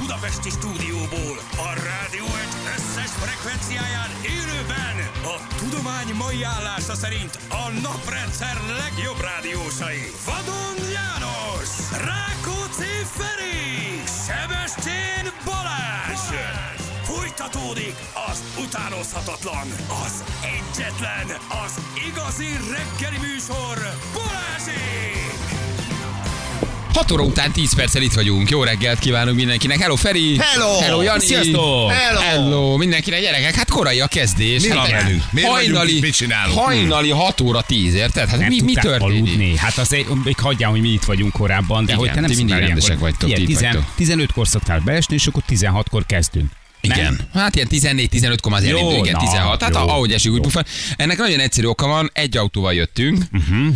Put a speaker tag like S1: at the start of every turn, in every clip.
S1: budapesti stúdióból, a rádió egy összes frekvenciáján élőben, a tudomány mai állása szerint a naprendszer legjobb rádiósai. Vadon János, Rákóczi Feri, Sebestyén Balázs! Balázs! Folytatódik az utánozhatatlan, az egyetlen, az igazi reggeli műsor, Balázsék!
S2: 6 óra után 10 perccel itt vagyunk. Jó reggelt kívánunk mindenkinek. Hello Feri!
S3: Hello!
S2: Hello Jani!
S4: Sziasztok!
S2: Hello!
S3: Hello!
S2: Hello! Mindenkinek gyerekek, hát korai a kezdés.
S3: Mi
S2: hát
S3: van
S2: egy
S3: velünk? Miért vagyunk
S2: hajnali,
S3: itt? Mit csinálunk?
S2: hajnali 6 óra 10, érted? Hát
S4: Nem
S2: mi, mi
S4: tudták
S2: történik?
S4: Aludni. Hát azért még hagyjál, hogy mi itt vagyunk korábban, de
S2: Igen,
S4: hogy te nem
S2: ti mindig
S4: szoktál
S2: rendesek
S4: ilyenkor.
S2: vagytok, ti
S4: Igen,
S2: itt
S4: tizen,
S2: vagytok.
S4: 15-kor szoktál beesni, és akkor 16-kor kezdünk. Nem?
S3: Igen.
S2: Hát ilyen 14-15 az elindul,
S4: Jó,
S2: igen,
S4: na,
S2: 16. Hát
S4: jó,
S2: ahogy esik, úgy
S4: jó.
S2: pufan. Ennek nagyon egyszerű oka van, egy autóval jöttünk.
S4: Mhm.
S2: Uh-huh.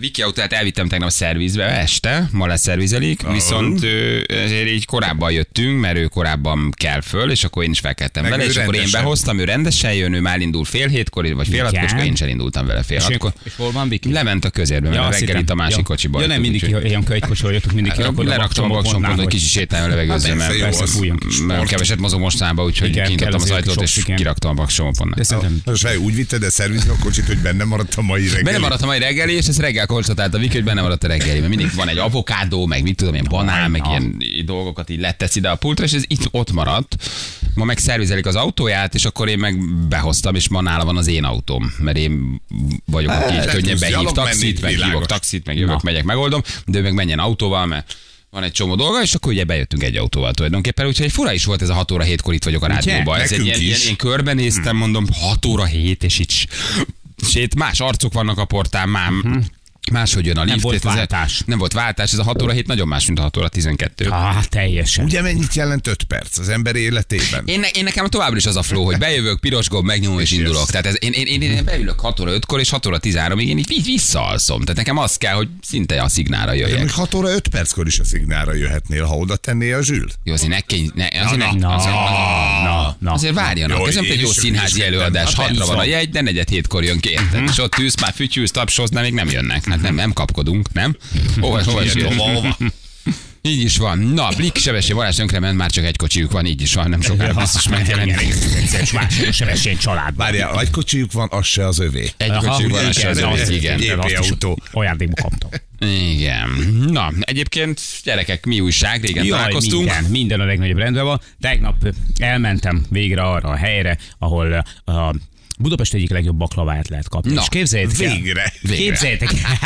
S2: Viki autóját elvittem tegnap szervizbe este, ma lesz szervizelik, viszont ö, ezért így korábban jöttünk, mert ő korábban kell föl, és akkor én is felkeltem
S3: Meg
S2: vele,
S3: ő
S2: és akkor én
S3: rendesen.
S2: behoztam, ő rendesen jön, ő már indul fél hétkor, vagy fél
S4: Igen.
S2: hatkor, és akkor én is elindultam vele fél
S4: És,
S2: hatkor.
S4: és hol van Viki?
S2: Lement a közérbe, mert a
S4: azt
S2: reggel
S4: hittem.
S2: itt a másik
S4: ja.
S2: kocsiban.
S4: Ja, nem
S2: jöttünk,
S4: mindig
S2: úgyhogy- Hát,
S4: ilyen kölgykocsival jöttök, mindig kirakod
S2: Leraktam a baksompont, hogy kicsit sétáljon a levegőzzel,
S3: Hát
S2: mert
S3: persze, jó
S2: persze
S3: az.
S2: fújjon ki.
S3: Sport.
S2: Mert keveset mozog mostanában, úgyhogy
S4: Igen,
S2: kinyitottam
S4: kell
S2: az
S4: azért
S2: ajtót,
S4: sok
S2: és
S4: siker.
S2: kiraktam a baksomponnál.
S4: De szerintem
S3: Na, Sajó, úgy vitted el szervizbe a kocsit, hogy benne maradt a mai reggel.
S2: Benne maradt a mai reggeli, és ezt reggel konstatálta Viki, hogy benne maradt a reggeli, mert mindig van egy avokádó, meg mit tudom, ilyen banán, meg
S4: na.
S2: ilyen dolgokat így letesz ide a pultra, és ez itt ott maradt. Ma meg szervizelik az autóját, és akkor én meg behoztam, és ma nála van az én autóm, mert én vagyok, aki
S3: hát,
S2: könnyen
S3: tudsz
S2: behív
S3: gyalog menni,
S2: taxit, meg
S3: világos.
S2: hívok taxit, meg jövök,
S4: Na.
S2: megyek, megoldom, de ő meg menjen autóval, mert van egy csomó dolga, és akkor ugye bejöttünk egy autóval tulajdonképpen, úgyhogy fura is volt ez a 6 óra 7-kor itt vagyok a rádióban. Ez egy
S3: Nekünk
S2: ilyen,
S3: is.
S2: ilyen, ilyen
S4: Hmm.
S2: körbenéztem, mondom, 6 óra 7, és itt s- sét, más arcok vannak a portán, már máshogy jön a lift.
S4: Hmm. volt
S2: tehát ez-
S4: váltás.
S2: Nem volt váltás, ez a 6 óra 7 nagyon más, mint a 6 óra 12.
S4: Á, teljesen.
S3: Ugye mennyit jelent 5 perc az ember életében?
S2: Én, ne, én nekem továbbra is az a flow, hogy bejövök, piros gomb, megnyomom és indulok. Tehát ez, én, én, én, én beülök 6 óra 5-kor és 6 óra 13-ig, én így vi- visszaalszom. Tehát nekem az kell, hogy szinte a szignálra
S3: De
S2: jöjjek.
S3: Még 6 óra 5 perckor is a szignálra jöhetnél, ha oda tennél a zsűl.
S2: Jó, azért ne, kény, ne, azért, ne,
S4: Na,
S2: azért,
S4: na, na.
S2: azért várjanak.
S3: Ah, Jó,
S2: Ez nem egy
S3: én
S2: jó
S3: is-
S2: színházi
S3: én is
S2: előadás.
S3: vettem. Hát
S2: Hatra van a
S3: persze. Mhm.
S2: jegy, de negyed hétkor jön ki. érted? És ott ülsz, már fütyülsz, tapsolsz, de még nem jönnek. Hát nem, nem kapkodunk, nem? Hova, hova, is jön?
S3: hova.
S2: Így is van. Na, Blik sebessé Balázs tönkre ment, már csak egy kocsijuk van, így is van, nem sokára biztos
S4: hát
S2: megjelenik.
S4: És más sebesség családban.
S3: Várjál, egy kocsijuk van, az se az övé.
S2: Egy kocsijuk van, az se az övé, igen.
S3: Gépi autó.
S4: Ajándékba kaptam.
S2: Igen. Na, egyébként gyerekek, mi újság? Régen
S4: Jaj,
S2: találkoztunk.
S4: Minden, minden a legnagyobb rendben van. Tegnap ö, elmentem végre arra a helyre, ahol ö, a Budapest egyik legjobb baklavát lehet kapni.
S2: Na,
S4: és képzeljétek el-
S3: végre.
S2: Végre.
S4: Képzeljétek el.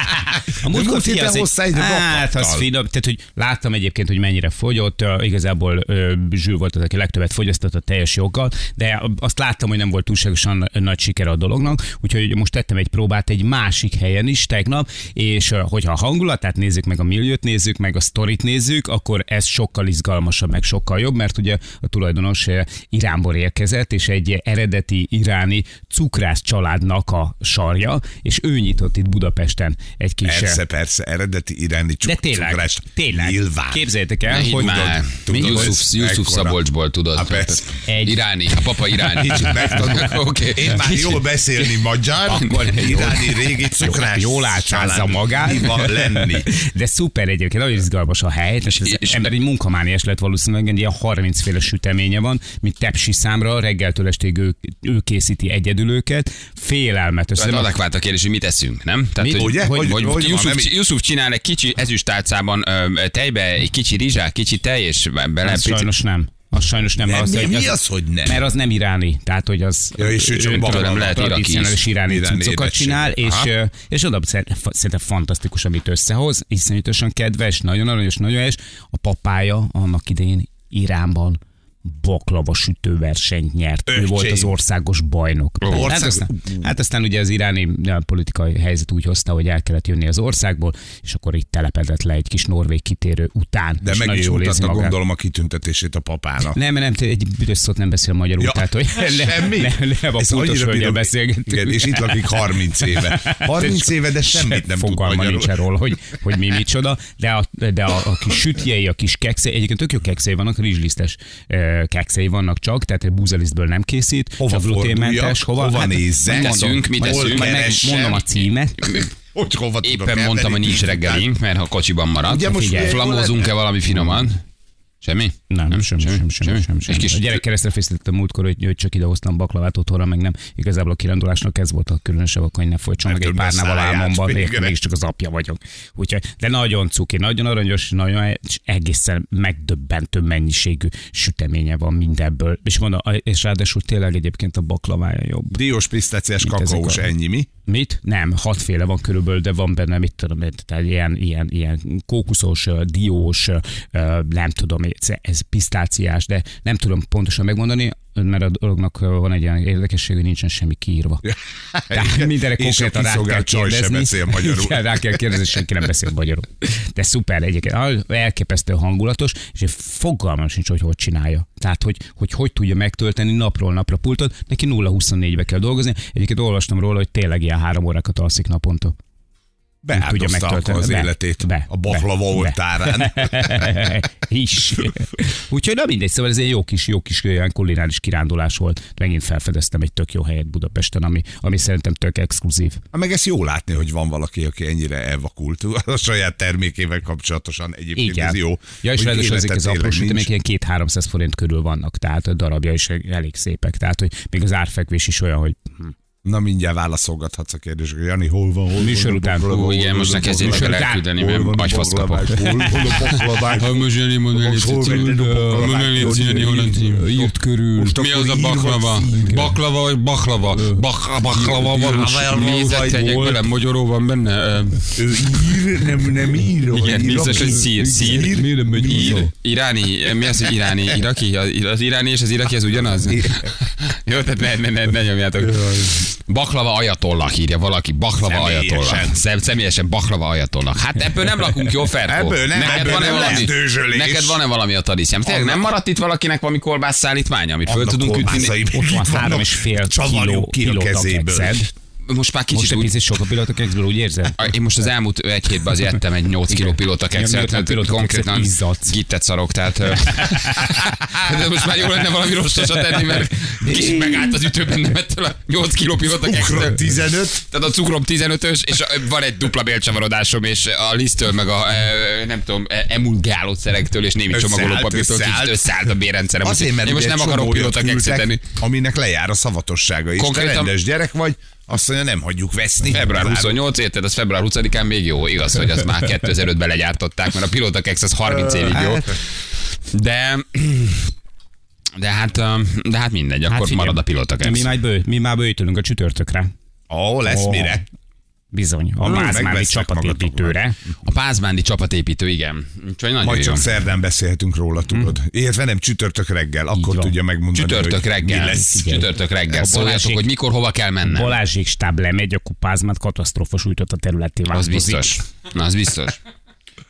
S4: A
S3: múlt héten
S4: fiasz egy-
S3: hoztál egy
S4: Hát,
S3: vakattal.
S4: az finom. Tehát, hogy láttam egyébként, hogy mennyire fogyott. Ö, Igazából ö, Zsül volt az, aki legtöbbet fogyasztotta teljes joggal, de azt láttam, hogy nem volt túlságosan nagy sikere a dolognak, úgyhogy most tettem egy próbát egy másik helyen is tegnap, és ö, hogyha a hangulatát nézzük, meg a milliót nézzük, meg a sztorit nézzük, akkor ez sokkal izgalmasabb, meg sokkal jobb, mert ugye a tulajdonos ö, Iránból érkezett, és egy eredeti iráni cukrász családnak a sarja, és ő nyitott itt Budapesten egy kis ö,
S3: Persze, persze, eredeti iráni
S4: de
S3: csuk,
S4: tényleg,
S3: cukrás.
S4: tényleg.
S3: Nyilván.
S4: Képzeljétek
S2: Ne
S4: el,
S2: hidd
S4: hogy
S2: már, mi
S3: tudod,
S2: Jusuf,
S3: ez
S2: Jusuf
S3: mekkora.
S2: Szabolcsból
S3: Há,
S2: tudod.
S3: persze.
S4: Egy.
S2: Iráni, a papa iráni.
S3: Kicsit megtanul.
S2: Oké.
S3: Én már jól beszélni magyar, akkor iráni régi cukrás.
S4: hát jól átszázza
S3: család
S4: magát.
S3: diva lenni.
S4: De szuper egyébként, nagyon izgalmas a hely, és az
S2: És-
S4: ember egy munkamániás lett valószínűleg, egy ilyen 30 féle süteménye van, mint tepsi számra, reggeltől estig ő, ő készíti egyedül őket, félelmetes.
S2: Tehát
S4: Nem-
S2: adekvát a kérdés, hogy mit eszünk, nem? Tehát,
S4: Mit?
S2: hogy,
S3: Ugye?
S2: hogy,
S3: Hogy-
S2: hogy,
S3: hogy van,
S2: Jusuf,
S3: nem így?
S2: Jusuf csinál egy kicsi ezüstálcában ö, tejbe, egy kicsi rizsát, kicsi tej, és bele
S4: az
S2: picit
S4: sajnos nem. Az sajnos nem.
S3: Nem,
S4: az,
S3: mi- mi az, hogy nem?
S4: Mert az nem iráni. Tehát, hogy az
S3: Ja, és ő csak
S4: tudod,
S3: baklava.
S2: Lehet iraki is.
S4: tradicionális iráni
S3: Iráni
S4: cuccokat
S3: édesség.
S4: csinál, és,
S3: Aha.
S4: ö, és oda szer- fa- szerintem fantasztikus, amit összehoz. Iszonyatosan kedves, nagyon aranyos, nagyon helyes. A papája annak idején Iránban baklava sütőversenyt nyert. Ő
S3: Öcsém.
S4: volt az országos bajnok. Hát,
S3: ország-
S4: aztán, hát aztán ugye az iráni ja, politikai helyzet úgy hozta, hogy el kellett jönni az országból, és akkor itt telepedett le egy kis norvég kitérő után.
S3: De
S4: és
S3: meg
S4: nagyon
S3: is
S4: jól érzi
S3: mutatta,
S4: magát.
S3: gondolom, a kitüntetését a papának.
S4: Nem, nem, te egy büdös szót nem beszél magyarul, ja, tehát hogy
S3: semmi?
S4: ne, ne, ne a
S3: Ezt
S4: pultos
S3: annyira
S4: hölgyel
S3: bírom.
S4: beszélgetünk.
S3: Igen, és itt lakik 30 éve. 30 éve, de semmit nem tud
S4: Fogalma
S3: magyarul.
S4: nincsen róla, hogy, hogy mi micsoda, de a, de a, a kis sütjei, a kis kekszei, egyébként tök jó kekszei vannak, rizslisztes ö, kekszei vannak csak, tehát búzalisztből nem készít,
S3: Hova
S4: csak gluténmentes,
S3: forduljak, hova nézzek,
S4: mondom,
S2: teszünk, mit
S4: majd-
S2: teszünk,
S4: majd meg,
S3: keressem.
S4: mondom a címet.
S3: Hogy hova tudok
S2: Éppen
S3: elmenni?
S2: mondtam, hogy nincs reggelink, mert ha kocsiban marad.
S3: Ugye most
S2: Figyelj,
S3: ugye-
S2: flamózunk-e valami finoman? Semmi?
S4: Nem, nem semmi, semmi, semmi, semmi, semmi.
S2: Egy kis
S4: A gyerek keresztre fészített a múltkor, hogy, hogy csak ide hoztam baklavát otthonra, meg nem. Igazából a kirándulásnak ez volt a különösebb, akkor hogy ne folytson
S3: Nem
S4: meg egy
S3: tudom,
S4: párnával
S3: beszállj át,
S4: álmomban,
S3: végre.
S4: mégis csak az apja vagyok. Úgyhogy, de nagyon cuki, nagyon aranyos, nagyon és egészen megdöbbentő mennyiségű süteménye van mindenből. És, mondom, a- és ráadásul tényleg egyébként a baklavája jobb.
S3: Diós pisztáciás
S4: Mint ezek
S3: kakaós,
S4: a-
S3: ennyi mi?
S4: Mit? Nem, hatféle van körülbelül, de van benne, mit tudom én, tehát ilyen, ilyen, ilyen kókuszos, ö, diós, ö, ö, nem tudom, ez- ez pisztáciás, de nem tudom pontosan megmondani, mert a dolognak ö, van egy ilyen érdekesség, hogy nincsen semmi kiírva. Tehát hát mindenre
S3: És a
S4: konkrétan rá kell
S3: kiszogált csaj sem
S4: kérdezni.
S3: beszél magyarul.
S4: Igen, rá kell kérdezni, senki nem beszél magyarul. De szuper egyébként. Ah, Elképesztő hangulatos, és én fogalmam sincs, hogy hogy csinálja. Tehát, hogy hogy, hogy tudja megtölteni napról napra pultot, neki 0-24-be kell dolgozni. Egyébként olvastam róla, hogy tényleg ilyen három órákat alszik naponta. tudja
S3: Beáldozta akkor
S4: megtölteni.
S3: az
S4: Be,
S3: életét
S4: be,
S3: a baklava
S4: be, be.
S3: oltárán.
S4: is. Úgyhogy na mindegy, szóval ez egy jó kis, jó kis olyan kulináris kirándulás volt. Megint felfedeztem egy tök jó helyet Budapesten, ami, ami szerintem tök exkluzív.
S3: Hát Meg ezt jó látni, hogy van valaki, aki ennyire elvakult a saját termékével kapcsolatosan. Egyébként
S4: Igen.
S3: ez jó.
S4: Ja, és
S3: Hogy
S4: ráadásul ezek
S3: élete
S4: az
S3: tényleg
S4: apró
S3: nincs.
S4: sütemények ilyen 2-300 forint körül vannak, tehát a darabja is elég szépek. Tehát, hogy még az árfekvés is olyan, hogy
S3: Na mindjárt válaszolgathatsz a kérdésre. Jani, hol van, hol van?
S4: Műsor után.
S3: Hol van,
S4: Ú,
S3: hol
S2: igen,
S3: van,
S2: most
S3: hol
S2: ne
S3: van,
S2: kezdjétek
S3: hol
S2: el
S3: van,
S2: elküldeni,
S3: hol
S2: mert
S3: van a
S2: agyfasz
S3: baklavák,
S2: kapok.
S3: Hol hol van a baklavák?
S2: most Jani mondja,
S3: Most hol mindig a baklava?
S2: írt körül.
S3: Most
S2: Mi
S3: akkor
S2: az a
S3: ír vagy
S2: baklava?
S3: szín?
S2: Baklava vagy baklava? Bak- Baklava van, mézet tegyek bele, magyaró van benne. Ö,
S3: Ő ír, nem, nem író.
S2: Igen,
S3: író,
S2: biztos, hogy szír. Szír. Ír, iráni, mi az, hogy iráni, iraki? Az az iráni és az iraki az ugyanaz? Jó, tehát ne, ne, ne, ne nyomjátok. Baklava ajatollak írja valaki, baklava
S3: Személyesen.
S2: ajatollak. Szem, személyesen baklava ajatollak. Hát ebből nem lakunk jó, Fertó.
S3: Ebből nem, ebből nem lesz dőzsölés.
S2: neked van-e valami a tadiszem? Tényleg nem maradt itt valakinek valami kolbász szállítmánya, amit föl tudunk ütni?
S4: ott van három és fél kiló,
S3: Csavarjuk ki a
S4: kiló
S3: kezéből.
S2: Most már
S4: Most
S2: kicsit
S4: egy
S2: úgy
S4: picit sok a pilotakexből, úgy érzed? Hát
S2: A- Én most az elmúlt egy hétben azért ettem egy 8 kiló pilóta
S4: Igen,
S2: kekszet,
S4: miután
S2: tehát
S4: pilóta
S2: konkrétan
S4: kekszet izzadsz.
S2: gittet szarok, tehát ö, de most már jó lenne valami rosszosat tenni, mert kicsit megállt az ütőben, nem ettől a 8 kiló pilóta
S3: Ugrott
S2: kekszet.
S3: 15,
S2: Tehát a cukrom 15-ös, és a- van egy dupla bélcsavarodásom, és a lisztől, meg a ö, nem tudom, ö, emulgáló szerektől, és némi
S3: Összeállt,
S2: csomagolópapírtól kicsit
S3: összeállt.
S2: összeállt a bérrendszerem.
S3: Azért,
S2: Úgyhogy
S3: mert
S2: én most
S3: ugye
S2: nem
S3: egy
S2: akarok
S3: csomó
S2: pilóta
S3: olyat
S2: kekszet
S3: küldtek,
S2: enni.
S3: Aminek lejár a szavatossága is.
S2: Konkrétan-
S3: Konkrétan... Te rendes gyerek vagy, azt mondja, nem hagyjuk veszni.
S2: Február
S3: Várunk.
S2: 28, érted? Az február 20-án még jó. Igaz, hogy azt már 2005-ben legyártották, mert a pilóta kex az 30 évig jó.
S3: Hát.
S2: De de hát, um, de hát mindegy, akkor
S4: figyelj,
S2: marad a pilóta
S4: Mi
S2: kex.
S4: már, bő, mi már bőjtölünk a csütörtökre.
S3: Ó, oh, lesz
S4: Ó.
S3: oh. mire.
S4: Bizony, a
S3: Ú,
S4: Mázmári
S3: megvesztek
S4: csapatépítőre.
S2: A Pázmándi csapatépítő, igen. Úgyhogy nagyon
S3: Majd
S2: jó.
S3: csak szerdán beszélhetünk róla, tudod. Értve nem csütörtök reggel, akkor
S4: van.
S3: tudja megmondani,
S2: Hm. Csütörtök
S3: hogy
S2: reggel.
S3: mi lesz.
S2: Igen. Csütörtök reggel.
S4: A
S2: Szóljátok,
S4: Balázsék-
S2: hogy mikor, hova kell mennem.
S4: Balázsék stáb lemegy, akkor Pázmát katasztrófa sújtott a területé
S2: Az
S4: változik.
S2: biztos. Na, az biztos.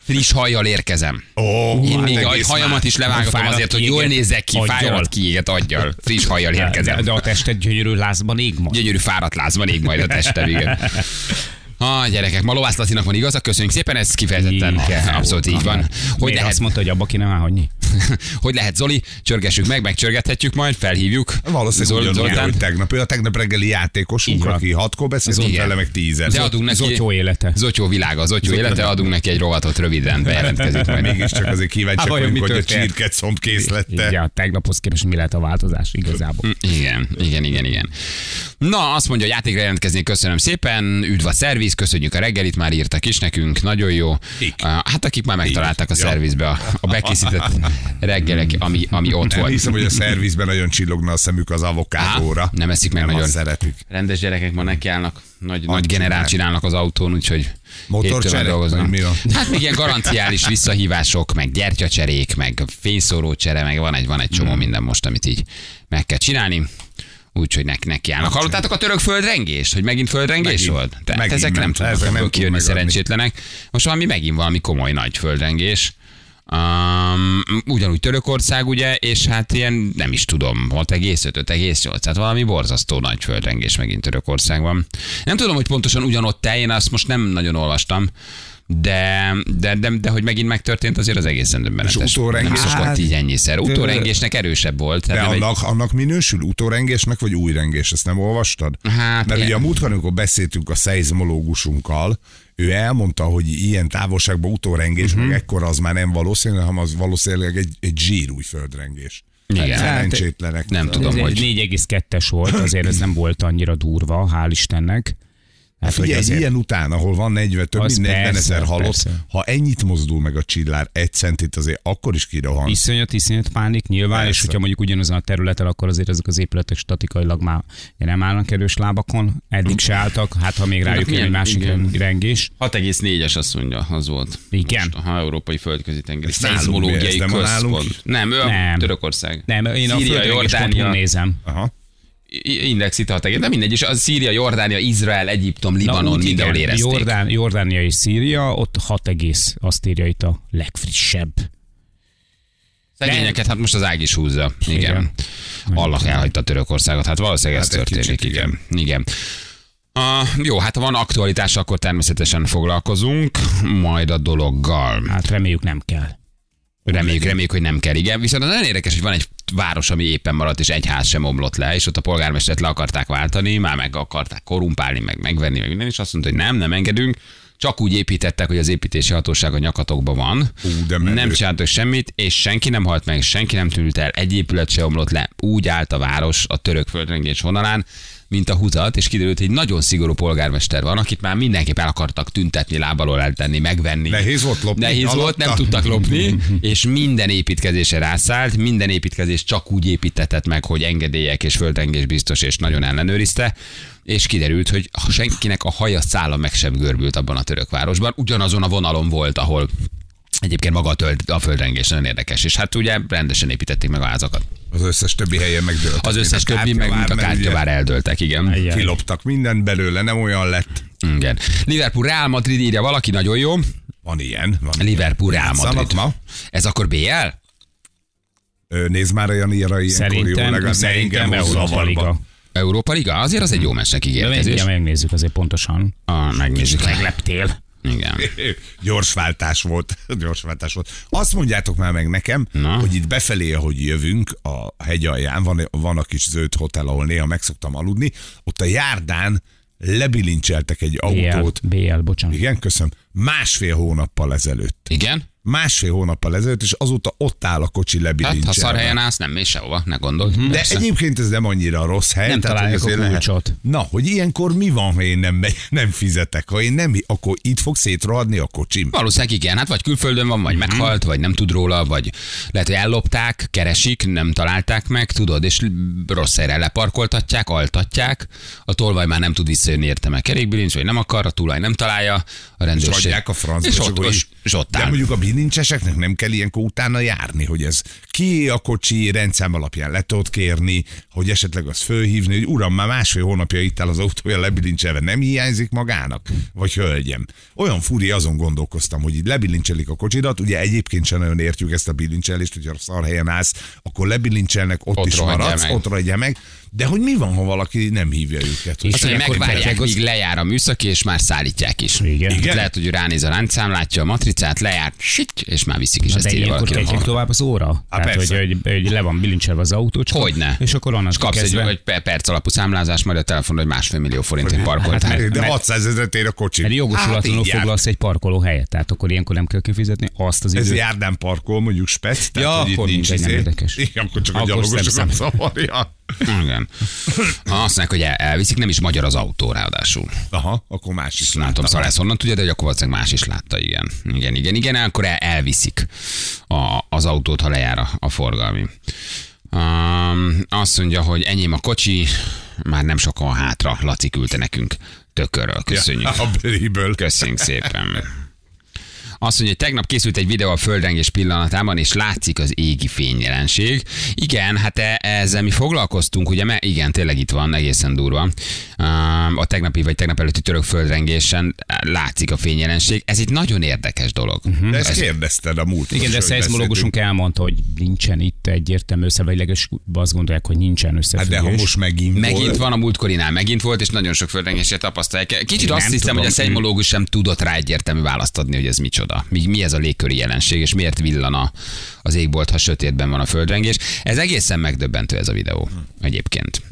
S2: Friss hajjal érkezem.
S3: Ó, hát
S2: Én még a
S3: egész
S2: hajamat is levágatom
S4: hát Fáradt
S2: azért, hogy jól
S4: kiégett
S2: nézzek ki,
S4: aggyal.
S2: fáradt kiéget aggyal. Friss hajjal
S4: De,
S2: érkezem.
S4: de, de a tested gyönyörű lázban ég ma.
S2: gyönyörű fáradt lázban ég majd a testem, igen. Ha, gyerekek, ma Lovász Lacinak van igaza, köszönjük szépen, ez kifejezetten
S4: Igen.
S2: abszolút így van. Hogy
S4: Miért
S2: lehet,
S4: azt mondta, hogy abba ki nem elhagyni?
S2: hogy lehet Zoli, csörgessük meg, megcsörgethetjük majd, felhívjuk. Zol-
S3: Valószínűleg ugyanúgy,
S2: Zoltán.
S3: ahogy tegnap. Ő a tegnap reggeli
S4: Így
S3: játékosunk,
S4: van.
S3: aki hatkor beszélünk
S2: Igen.
S3: vele, meg tízer.
S2: De adunk neki...
S4: Zotyó élete.
S2: Zotyó világa, Zotyó élete, adunk neki egy rovatot röviden, bejelentkezik majd.
S3: Mégiscsak azért
S4: Hát
S3: kíváncsiak
S4: vajon
S3: vagyunk,
S4: mi
S3: hogy a
S4: történt?
S3: csirket szomb kész
S4: Így
S3: lette.
S4: a tegnaphoz képest mi lehet a változás igazából.
S2: Igen, igen, igen, igen. Na, azt mondja, hogy játékra jelentkezni, köszönöm szépen, üdv a szerviz, köszönjük a reggelit, már írtak is nekünk, nagyon jó.
S3: Kik?
S2: Ah, Hát akik már megtalálták a
S3: Ja.
S2: szervizbe a, a bekészített reggelek, ami, ami ott
S3: Nem
S2: volt.
S3: hiszem, hogy a szervizben nagyon csillogna a szemük az avokádóra.
S2: Á, nem eszik meg
S3: nem
S2: nagyon.
S3: azt szeretik.
S2: Rendes gyerekek ma nekiállnak, nagy, nagy
S3: Annyira.
S2: generált csinálnak az autón, úgyhogy
S3: Motorcsere?
S2: héttől már dolgoznak.
S3: Vagy mi van?
S2: Hát még ilyen garanciális visszahívások, meg gyertyacserék, meg fényszórócsere, meg van egy, van egy
S3: Hmm.
S2: csomó minden most, amit így meg kell csinálni. Úgyhogy nek, nekiállnak. Hallottátok a török földrengést? Hogy megint földrengés
S3: Megint.
S2: volt? Tehát
S3: Megint
S2: ezek nem
S3: ment.
S2: tudnak
S3: Ezek nem
S2: ebből
S3: tud
S2: kijönni
S3: megadni.
S2: szerencsétlenek. Most valami megint valami komoly nagy földrengés. Um, ugyanúgy Törökország, ugye, és hát ilyen nem is tudom, 6,5, 5,8, tehát Hát valami borzasztó nagy földrengés megint Törökországban. Nem tudom, hogy pontosan ugyanott el, én azt most nem nagyon olvastam, de, de, de, de hogy megint megtörtént, azért az egészen döbbenetes.
S3: És utórengés- Hát,
S2: Nem szokott így ennyiszer. Utórengésnek erősebb volt.
S3: De
S2: Tehát nem egy-
S3: annak, annak minősül útórengésnek, vagy újrengés? Ezt nem olvastad?
S2: Hát,
S3: Mert
S2: igen.
S3: ugye a múltkor, amikor beszéltünk a szeizmológusunkkal, ő elmondta, hogy ilyen távolságban utórengés,
S2: Mhm.
S3: uh-meg ekkora az már nem valószínű, hanem az valószínűleg egy, egy zsírúj földrengés. Hát
S2: Igen. Hát
S3: Szerencsétlenek.
S2: nem tudom.
S4: Ez
S2: hogy-
S4: egy 4,2-es volt, azért ez nem volt annyira durva, hál' Istennek. Hát, hogy
S3: Figyelj,
S4: azért-
S3: ilyen után, ahol van 40, több
S4: Az
S3: mint 40
S4: persze,
S3: ezer halott,
S4: persze.
S3: ha ennyit mozdul meg a csillár egy centit, azért akkor is kirohan.
S4: Iszonyat, iszonyat pánik nyilván,
S3: Persze.
S4: és hogyha mondjuk ugyanazon a területen, akkor azért ezek az épületek statikailag már ugye nem állnak erős lábakon, eddig se álltak, hát ha még rájuk jön
S2: milyen-
S4: egy másik
S2: igen.
S4: rengés.
S2: 6,4-es azt mondja, az volt.
S4: Igen.
S2: Most, aha, európai földközi tengeri
S3: Ez nálunk mi ez,
S2: szeizmológiai
S3: nem a nálunk?
S2: központ. Nem, ő a
S4: Nem.
S2: Törökország.
S4: Nem, én a
S2: Szíria,
S4: földrengés.hu
S2: Jordánia,
S4: nézem.
S3: Aha.
S2: I- index itt 6,4, de mindegy, és az Szíria, Jordánia, Izrael, Egyiptom, Libanon,
S4: úgy
S2: mindenhol
S4: igen,
S2: érezték.
S4: Jordán, Jordánia és Szíria, ott 6 egész, azt írja itt a legfrissebb.
S2: Szegényeket, hát most az ág is húzza. Igen. Allah elhagyta Törökországot. Hát valószínűleg ez
S3: Hát egy
S2: történik.
S3: kicsit,
S2: Igen. Igen. Uh, jó, hát ha van aktualitás, akkor természetesen foglalkozunk majd a dologgal.
S4: Hát reméljük nem kell.
S2: Reméljük, reméljük, hogy nem kell. Igen, viszont az nagyon érdekes, hogy van egy város, ami éppen maradt, és egy ház sem omlott le, és ott a polgármestert le akarták váltani, már meg akarták korumpálni, meg megvenni, meg minden, és azt mondta, hogy nem, nem engedünk. Csak úgy építettek, hogy az építési hatóság a nyakatokban van.
S3: Ú, de menő.
S2: nem csináltak semmit, és senki nem halt meg, senki nem tűnt el, egy épület se omlott le. Úgy állt a város a török földrengés vonalán, mint a huzat, és kiderült, hogy egy nagyon szigorú polgármester van, akit már mindenképp el akartak tüntetni, lábalól eltenni, megvenni.
S3: Nehéz volt lopni
S2: Nehéz volt,
S3: alatta. Mhm.
S2: nem tudtak lopni, és minden építkezése rászállt, minden építkezés csak úgy építetett meg, hogy engedélyek és földrengés biztos, és nagyon ellenőrizte, és kiderült, hogy senkinek a haja szála meg sem görbült abban a török városban, ugyanazon a vonalon volt, ahol Egyébként maga a, töld, a földrengés nagyon érdekes, és hát ugye rendesen építették meg a házakat.
S3: Az összes többi helyen megdőlt.
S2: Az összes többi, meg mint a kártyavár eldőltek, igen.
S4: Igen.
S3: Kiloptak mindent belőle, nem olyan lett.
S2: Igen. Liverpool, Real Madrid írja valaki, nagyon jó.
S3: Van ilyen. Van ilyen.
S2: Liverpool, Real Madrid.
S3: Játszanak ma?
S2: Ez akkor BL?
S3: Ö, Nézd már a Janira ilyenkor jó,
S4: Szerintem,
S3: legalább ne engem
S4: szerintem
S3: hozz
S4: Európa Liga.
S3: zavarba.
S2: Európa Liga? Azért az egy jó meccsnek
S4: De
S2: ígérkezés.
S4: mindjárt megnézzük azért pontosan.
S2: Ah, megnézzük.
S4: Megleptél.
S2: Igen.
S3: Gyorsváltás volt. Gyorsváltás volt. Azt mondjátok már meg nekem,
S2: Na.
S3: Na. hogy itt befelé, ahogy jövünk a hegy alján, van, van a kis zöld hotel, ahol néha megszoktam aludni, ott a járdán lebilincseltek egy
S4: BL,
S3: autót.
S4: BL, bocsánat.
S3: Igen, köszönöm. Másfél hónappal ezelőtt.
S2: Igen?
S3: Másfél hónappal ezelőtt, és azóta ott áll a kocsi
S2: Hát, ha
S3: lebilincselve.
S2: szar helyen állsz, nem mész sehova, ne gondold.
S3: Mhm. De egyébként ez nem annyira rossz hely.
S4: Nem
S3: hogy
S4: találják a
S3: azért lehet-
S4: kulcsot.
S3: Na, hogy ilyenkor mi van, ha én nem, megy- nem fizetek? Ha én nem, akkor itt fog szétrohadni a kocsim.
S2: Valószínűleg igen, hát vagy külföldön van, vagy meghalt, vagy nem tud róla, vagy lehet, hogy ellopták, keresik, nem találták meg, tudod, és rossz helyre leparkoltatják, altatják, a tolvaj már nem tud visszajönni érte meg kerékbilincs, vagy nem akar, a tulaj nem találja, a
S3: És
S2: rendőrség.
S3: adják a francba.
S2: és ott,
S3: akkor
S2: és,
S3: így-
S2: és ott
S3: De
S2: áll.
S3: mondjuk a bilincseseknek nem kell ilyenkor utána járni, hogy ez ki a kocsi, rendszám alapján le tudod kérni, hogy esetleg azt fölhívni, hogy uram, már másfél hónapja itt áll az autója lebilincselve, nem hiányzik magának? Vagy hölgyem. Olyan furi azon gondolkoztam, hogy így lebilincselik a kocsidat, ugye egyébként sem nagyon értjük ezt a bilincselést, hogyha szar helyen állsz, akkor lebilincselnek, ott,
S2: Ott
S3: ott is
S2: rohadja
S3: maradsz,
S2: meg.
S3: ott rohadja meg, de hogy mi van, ha valaki nem hívja őket? hogy
S2: Azt mondja,
S4: ilyenkor
S2: megvárják,
S4: tényleg az-
S2: míg lejár a műszaki, és már szállítják is.
S4: Igen.
S2: Itt
S3: Igen?
S2: Lehet, hogy ő ránéz a ráncám, látja a matricát, lejár, sit, és már viszik is,
S4: De
S2: ezt írja
S4: ilyenkor
S2: valaki.
S4: kegyek tovább az óra. Tehát, hogy,
S3: Hát persze.
S4: hogy, hogy, le van bilincselve az autócska.
S2: Hogyne.
S4: És akkor
S2: És
S4: onnantól
S2: kapsz egy,
S4: kezdve...
S2: egy per- perc alapú számlázás, majd a telefonra, hogy másfél millió forintért parkoltál.
S4: Hát,
S3: De
S4: mert-
S3: 600 ezeret ér a kocsi.
S4: Mert Hát jogosulatlanul
S3: Hát, így jár.
S4: foglalsz egy parkoló helyet, tehát akkor ilyenkor nem kell kifizetni azt az
S3: Ez
S4: időt.
S3: járdán parkol, mondjuk spec, tehát
S4: Ja,
S3: ja, hogy itt
S4: akkor
S3: nincs
S4: mindegy, nem
S3: izé.
S4: érdekes.
S3: Igen, akkor csak a
S4: Akkor
S3: gyalogosokat
S4: szemszem.
S3: szavarja.
S2: Igen. Ha Azt mondják, hogy el- elviszik, nem is magyar az autó ráadásul.
S3: Aha, akkor más is
S2: Nem tudom,
S3: látta.
S2: Szalász Szóval honnan tudja, de hogy akkor valószínűleg más is látta, igen. Igen, igen, igen, akkor el, elviszik a, az autót, ha lejár a, a forgalmi. Um, azt mondja, hogy enyém a kocsi, már nem sokan hátra, Laci küldte nekünk tökörről, köszönjük.
S3: Ja, a bőriből.
S2: Köszönjük szépen. Azt mondja, hogy tegnap készült egy videó a földrengés pillanatában, és látszik az égi fényjelenség. Igen, hát e- ezzel mi foglalkoztunk, ugye? Mert igen, tényleg itt van, egészen durva. Um, A tegnapi vagy tegnap előtti török földrengésen e, látszik a fényjelenség. Ez egy nagyon érdekes dolog.
S3: De ezt kérdezted a múlt.
S4: Igen, de a szeizmológusunk elmondta, hogy nincsen itt egyértelmű összevegy, azt gondolják, hogy nincsen
S3: Hát
S4: összefüggés.
S3: de ha most megint,
S2: Megint
S3: volt,
S2: van a múltkorinál, megint volt, és nagyon sok földrengésre tapasztalják. Kicsit
S4: Én
S2: azt
S4: nem
S2: hiszem,
S4: tudom.
S2: hogy a szegymológus sem tudott rá egyértelmű választ adni, hogy ez micsoda. Mi, mi ez a légköri jelenség, és miért villan a, az égbolt, ha sötétben van a földrengés. Ez egészen megdöbbentő ez a videó
S4: Hm.
S2: egyébként.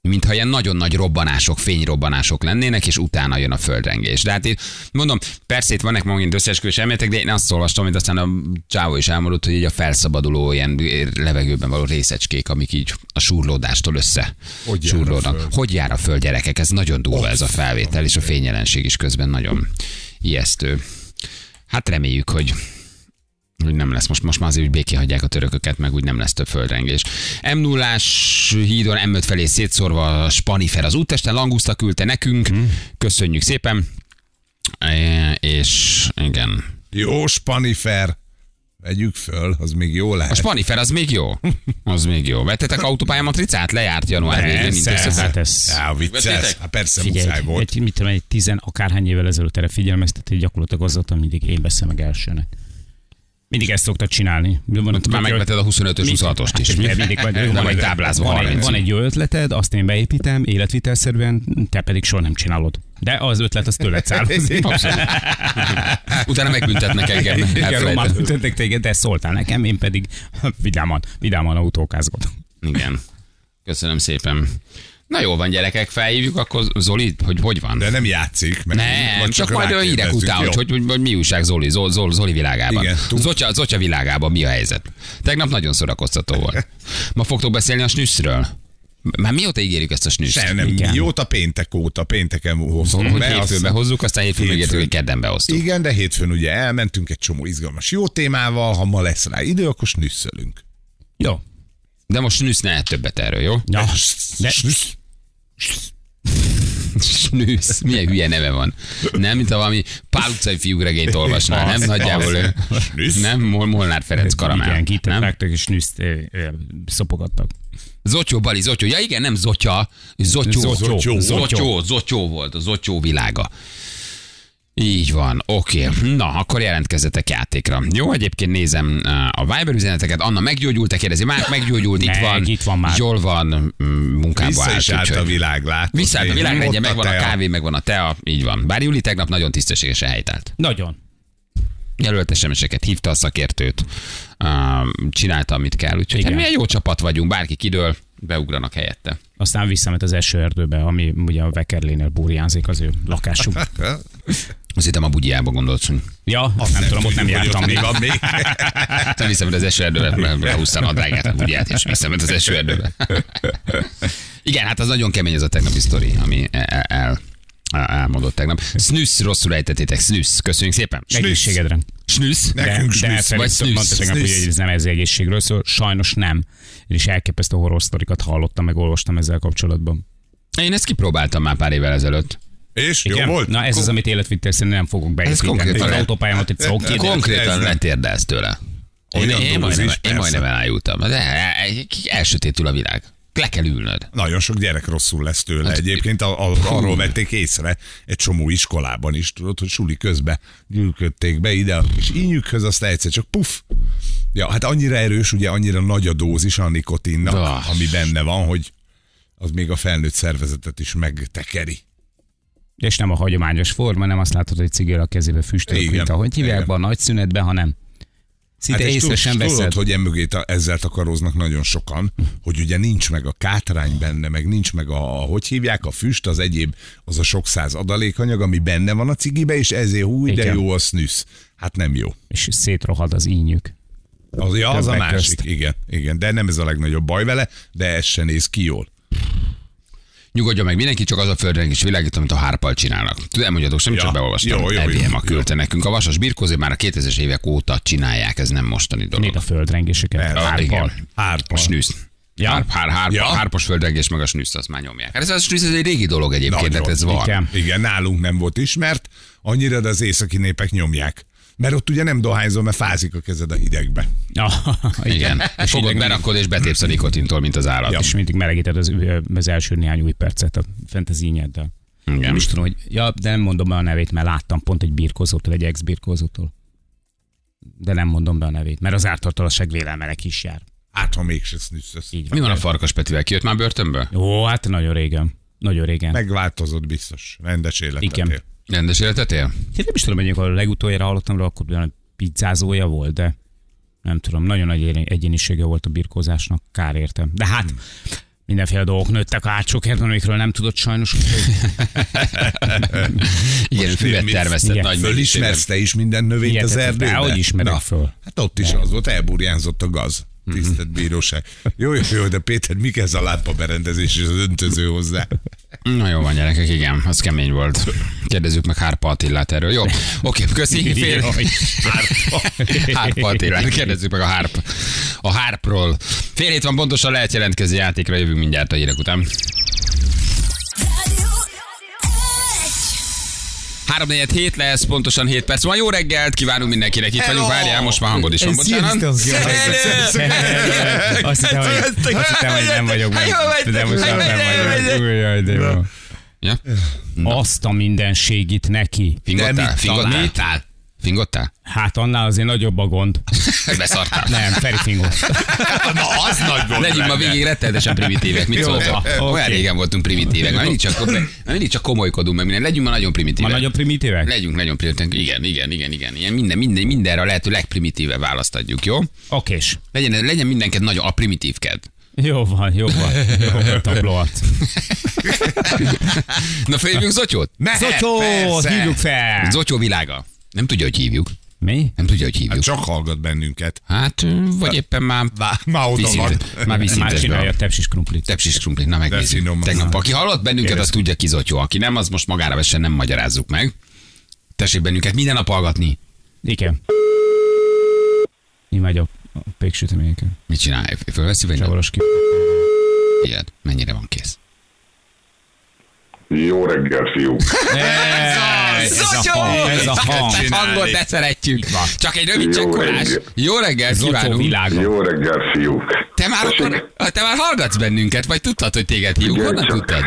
S2: Mintha ilyen nagyon nagy robbanások, fényrobbanások lennének, és utána jön a földrengés. De hát én mondom, persze itt vannak magint összeesküvés elméletek, de én azt olvastam, hogy aztán a csávó is elmondott, hogy így a felszabaduló ilyen levegőben való részecskék, amik így a súrlódástól össze
S3: Hogy jár a
S2: súrlódnak.
S3: föld?
S2: Hogy jár a föld, gyerekek? Ez nagyon durva ez a felvétel, és a fényjelenség is közben nagyon ijesztő. Hát reméljük, hogy hogy nem lesz. Most, most már azért úgy béké hagyják a törököket, meg úgy nem lesz több földrengés. m 0 hídon M5 felé szétszórva a Spanifer az úttesten, Langusta küldte nekünk,
S4: Mhm.
S2: köszönjük szépen. E, És igen.
S3: jó spanifer, vegyük föl, az még jó
S2: A
S3: lehet.
S2: Spanifer az még jó. Az még jó. Vettetek autópályamatricát? Lejárt január végén.
S4: Persze,
S2: intéztetek?
S4: hát ez...
S3: Á, vicces.
S2: Vettétek?
S3: Hát persze
S4: Figyelj,
S3: muszáj volt.
S4: egy, mit tudom, egy tizen akárhány évvel ezelőtt erre figyelmeztetett, gyakorlatilag azóta mindig én veszem meg elsőnek. Mindig ezt szokta csinálni. Van,
S2: Már megveted a 25-ös, 26-ost is.
S4: Hát, mindig van,
S2: De
S4: van,
S2: vagy
S4: egy,
S2: táblázva
S4: van, egy,
S2: 30.
S4: van egy jó ötleted, azt én beépítem életvitelszerűen, te pedig soha nem csinálod. De az ötlet az tőled származik.
S2: Abszolút. Utána megbüntetnek engem. hát
S4: Igen,
S2: Elfelejtett.
S4: román büntetnek téged, de szóltál nekem, én pedig vidáman, vidáman autókázgatom.
S2: Igen. Köszönöm szépen. Na jó van, gyerekek, felhívjuk, akkor Zoli, hogy hogy van?
S3: De nem játszik. Meg
S2: nem, csak majd a hírek
S3: rákérdezzük.
S2: után,
S3: Jó.
S2: hogy, hogy, hogy, mi újság Zoli, Zol, Zol, Zoli világában.
S3: Igen, tud-
S2: Zocsa, Zocsa világában mi a helyzet? Tegnap nagyon szórakoztató volt. Ma fogtok beszélni a snüsszről? Már mióta ígérjük ezt a snüszt?
S3: Se, nem,
S4: Igen.
S3: mióta péntek óta, pénteken
S4: Szóval,
S3: hozom
S2: Hogy
S3: be,
S2: hétfőn
S3: aztán-
S2: behozzuk, aztán hétfőn megértük,
S3: Hétfőn.
S2: hogy kedden behoztuk.
S3: Igen, de hétfőn ugye elmentünk egy csomó izgalmas jó témával, ha ma lesz rá idő, akkor snüsszölünk.
S4: Jó.
S2: De most snüssz ne edd többet erről, jó?
S4: Ja.
S3: De...
S4: De-
S3: Snüssz.
S2: Snűsz, milyen hülye neve van. Nem, mint a valami pál utcai fiúregényt olvasnál, nem? Nagyjából ő.
S3: Snüssz.
S2: Nem, Mol- Molnár Ferenc karamell.
S4: Igen,
S2: Nem?
S4: kitettek és nőszt ö, ö, szopogattak.
S2: Zotyó, Bali, Zotyó. Ja igen, nem Zotya, Zotyó.
S4: Zotyó.
S2: Zotyó, Zotyó,
S4: Zotyó.
S2: Zotyó volt, a Zotyó világa. Így van, oké. Okay. Na, akkor jelentkezzetek játékra. Jó, egyébként nézem uh, a Viber üzeneteket. Anna meggyógyult, kérdezi, már meggyógyult, itt
S4: Meg,
S2: van.
S4: itt van már.
S2: Jól van, mm, munkába
S3: Vissza
S2: állt.
S3: is állt
S2: úgyhogy-
S3: a világ, látod?
S2: Visszaállt a
S3: Én
S2: világ, rendje,
S3: ott
S2: megvan a
S3: tea.
S2: kávé, megvan a tea, így van. Bár Juli tegnap nagyon tisztességesen helytált.
S4: Nagyon.
S2: Jelölt SMS-eket, hívta a szakértőt, um, csinálta, amit kell. Úgyhogy
S4: Igen.
S2: hát milyen jó csapat vagyunk, bárki kidől, beugranak helyette.
S4: Aztán visszament az esőerdőbe, ami ugye a Vekerlénél burjánzik az ő lakásuk.
S2: Azt hittem a bugyjába gondolsz, hogy
S4: Ja, azt nem tudom, ott nem
S3: Hogy
S4: jártam
S3: ott
S4: még.
S3: még van még.
S2: te viszem az esőerdőbe, behúztam a drágát a bugyját, és viszem az esőerdőbe. Igen, hát az nagyon kemény ez a tegnapi sztori, ami el, el, el elmondott tegnap. Snüsz, rosszul ejtettétek, Snüsz. Köszönjük szépen.
S4: Egészségedre.
S2: Snüsz.
S4: De,
S3: Nekünk
S4: de
S3: snüssz.
S4: Felix
S2: vagy snüssz,
S4: mondta tegnap,
S3: vagy
S4: hogy ez nem ez egészségről szól, sajnos nem. És elképesztő horrorsztorikat hallottam, meg olvastam ezzel kapcsolatban.
S2: Én ezt kipróbáltam már pár évvel ezelőtt.
S3: És jó volt?
S4: Na ez az, amit életvittel szerintem nem fogok beépíteni.
S2: konkrétan-
S4: Az autópályámat itt szó
S3: Ez- ez
S2: Konkrétan
S3: nem.
S2: letérdelsz tőle. Én,
S3: Olyan
S2: én,
S3: dózis,
S2: majdnem, én
S3: persze.
S2: majdnem elájultam. De elsötétül a világ. Le kell ülnöd.
S3: Nagyon sok gyerek rosszul lesz tőle. Egyébként a, a, arról vették észre, egy csomó iskolában is, tudod, hogy suli közbe gyűlködték be ide a kis ínyükhöz, aztán egyszer csak puff. Ja, hát annyira erős, ugye annyira nagy a dózis a nikotinnak,
S2: Ah.
S3: ami benne van, hogy az még a felnőtt szervezetet is megtekeri.
S4: És nem a hagyományos forma, nem azt látod, hogy cigél a kezébe füstölök,
S3: Igen.
S4: mint ahogy hívják
S3: Igen. Hát
S4: be a nagy szünetben, hanem szinte
S3: és
S4: észre
S3: tud-
S4: sem
S3: és
S4: veszed.
S3: Tudod, hogy emögé ta- ezzel takaróznak nagyon sokan, hogy ugye nincs meg a kátrány benne, meg nincs meg a, a hogy hívják, a füst, az egyéb, az a sok száz adalékanyag, ami benne van a cigibe, és ezért hú, de
S4: Igen.
S3: jó a snűsz. Hát nem jó.
S4: És szétrohad az ínyük.
S3: Az, ja, az a
S4: Többek
S3: másik.
S4: közt.
S3: Igen, igen, de nem ez a legnagyobb baj vele, de ez se néz ki jól.
S2: Nyugodjon meg mindenki, csak az a földrengés világít, amit a hárpal csinálnak. Tudom, elmondjatok, sem
S3: Ja.
S2: csak beolvastam.
S3: Jó, jó, jó.
S2: EBM a küldte nekünk. A vasas birkózé már a 2000-es évek óta csinálják, ez nem mostani dolog.
S4: Nézd a földrengéseket.
S2: Ah,
S4: Árpal.
S2: igen. A
S3: Árpa.
S2: snűsz. Ja? Hár, hár, hár, ja?
S3: Ja?
S2: Hárpos földrengés meg a snűszt, azt már nyomják. Hát ez a snűszt, ez egy régi dolog egyébként,
S3: Nagyon.
S2: tehát ez van.
S4: Igen.
S3: Igen, nálunk nem volt ismert, annyira, de az északi népek nyomják. Mert ott ugye nem dohányzom, mert fázik a kezed a hidegbe.
S2: Igen.
S4: És
S2: Fogod,
S4: mindig-
S2: berakod és betépsz a nikotintól, mint az állat.
S4: és mindig melegíted az, az első néhány új percet a fentezinyeddel.
S2: Igen.
S4: Nem is tudom, hogy... Ja, de nem mondom be a nevét, mert láttam pont egy birkózótól, egy ex-birkózótól. De nem mondom be a nevét, mert az ártartalasság vélelmelek is jár.
S3: Hát, ha mégse szűszös.
S4: Így
S2: Mi
S4: van.
S2: van a farkas Petivel? Kijött már börtönből?
S4: Ó, hát nagyon régen. Nagyon régen.
S3: Megváltozott biztos. Rendes életet
S4: Igen.
S3: él.
S2: Rendes életet él?
S4: Én nem is tudom, hogy a legutoljára hallottam róla, akkor olyan pizzázója volt, de nem tudom, nagyon nagy éle- egyénisége volt a birkózásnak, kár értem. De hát hmm. mindenféle dolgok nőttek a hátsó kertben, amikről nem tudott sajnos. úgyhogy
S2: Igen, füvet
S3: mit-
S2: termesztett
S4: igen.
S2: nagy
S3: Fölismersz te is minden növényt
S4: Ilyet
S3: az
S4: tettem.
S3: erdőben?
S4: Dehogy ismerek föl.
S3: Hát ott is az volt, elburjánzott a gaz.
S2: Mhm.
S3: Tisztelt bíróság. Jó, jó, jó, de Péter, mik ez a lápaberendezés és az öntöző hozzá? Hát
S2: Na jó van, gyerekek, igen, az kemény volt. Kérdezzük meg Hárpa Attilát erről. Jó, oké, köszi. Fél...
S4: Jaj,
S2: Hárpa Attilát, kérdezzük meg a Hárp. A Hárpról. Fél hét van pontosan, lehet jelentkezni játékra, jövünk mindjárt a hírek után.
S5: Radio X.
S2: 3 hét lesz, pontosan 7 perc. Ma jó reggelt, kívánunk mindenkinek. Itt vagyunk, várjál, most már hangod is van, bocsánat.
S4: Azt hittem, hogy, azt hittem, hogy nem vagyok meg. De most már nem vagyok. Jaj, de jó.
S2: Ja?
S4: Azt a mindenségit neki.
S3: De
S2: Fingottál?
S3: mit
S2: Fingottál? Fingottál?
S4: Hát annál azért nagyobb a gond.
S2: Beszartál?
S4: Nem, Feri fingott.
S2: Na az nagy gond. Legyünk ma végig rettenetesen primitívek. Mit
S4: Jó,
S2: szóltál?
S4: oké.
S2: Olyan régen voltunk primitívek. Már mindig csak, már mindig csak komolykodunk, meg minden. Legyünk ma nagyon
S4: Ma
S2: primitívek.
S4: nagyon primitívek?
S2: Legyünk nagyon primitívek. Igen, igen, igen, igen. Ilyen minden, minden, mindenre a lehető legprimitívebb választ adjuk, jó?
S4: Okés.
S2: Legyen, legyen mindenked nagyon a primitívked.
S4: Jó van, jó van. Jó van, tabloat.
S2: Na felhívjunk Zotyót?
S4: Zotyót
S3: persze.
S4: hívjuk fel!
S2: Zotyó világa. Nem tudja, hogy hívjuk.
S4: Mi?
S2: Nem tudja, hogy
S4: Hát
S2: hívjuk.
S3: Csak hallgat bennünket.
S2: Hát, ö, vagy éppen már
S3: Vá- Már oda van.
S2: viszint, már
S4: Már
S2: viszintesben
S4: csinálja
S2: van.
S4: a tepsis krumplit.
S2: Tepsis krumpli, na megnézzük.
S3: finoman.
S2: Tegnap, aki hallott bennünket, az tudja ki Zotyó. Aki nem, az most magára vessen, nem magyarázzuk meg. Tessék bennünket minden nap hallgatni.
S4: Igen. Imádjuk. A péksüteményeket.
S2: Mit csinál? Fölveszi vagy nem?
S4: Csavaros ki.
S2: Ilyen. Mennyire van kész?
S6: Jó reggel, fiúk!
S4: Ez a hang, ez a hang.
S2: Tehát hangot ne szeretjük. Csak egy rövid
S6: Jó
S2: csekkolás.
S6: reggelt.
S2: Jó reggelt
S4: Zotyó
S2: kívánunk.
S4: világa.
S6: Jó reggel, fiúk!
S2: Te már, akkor, te már hallgatsz bennünket, vagy tudtad, hogy téged hívunk?
S6: Igen,
S2: Honnan
S6: csak-
S2: tudtad?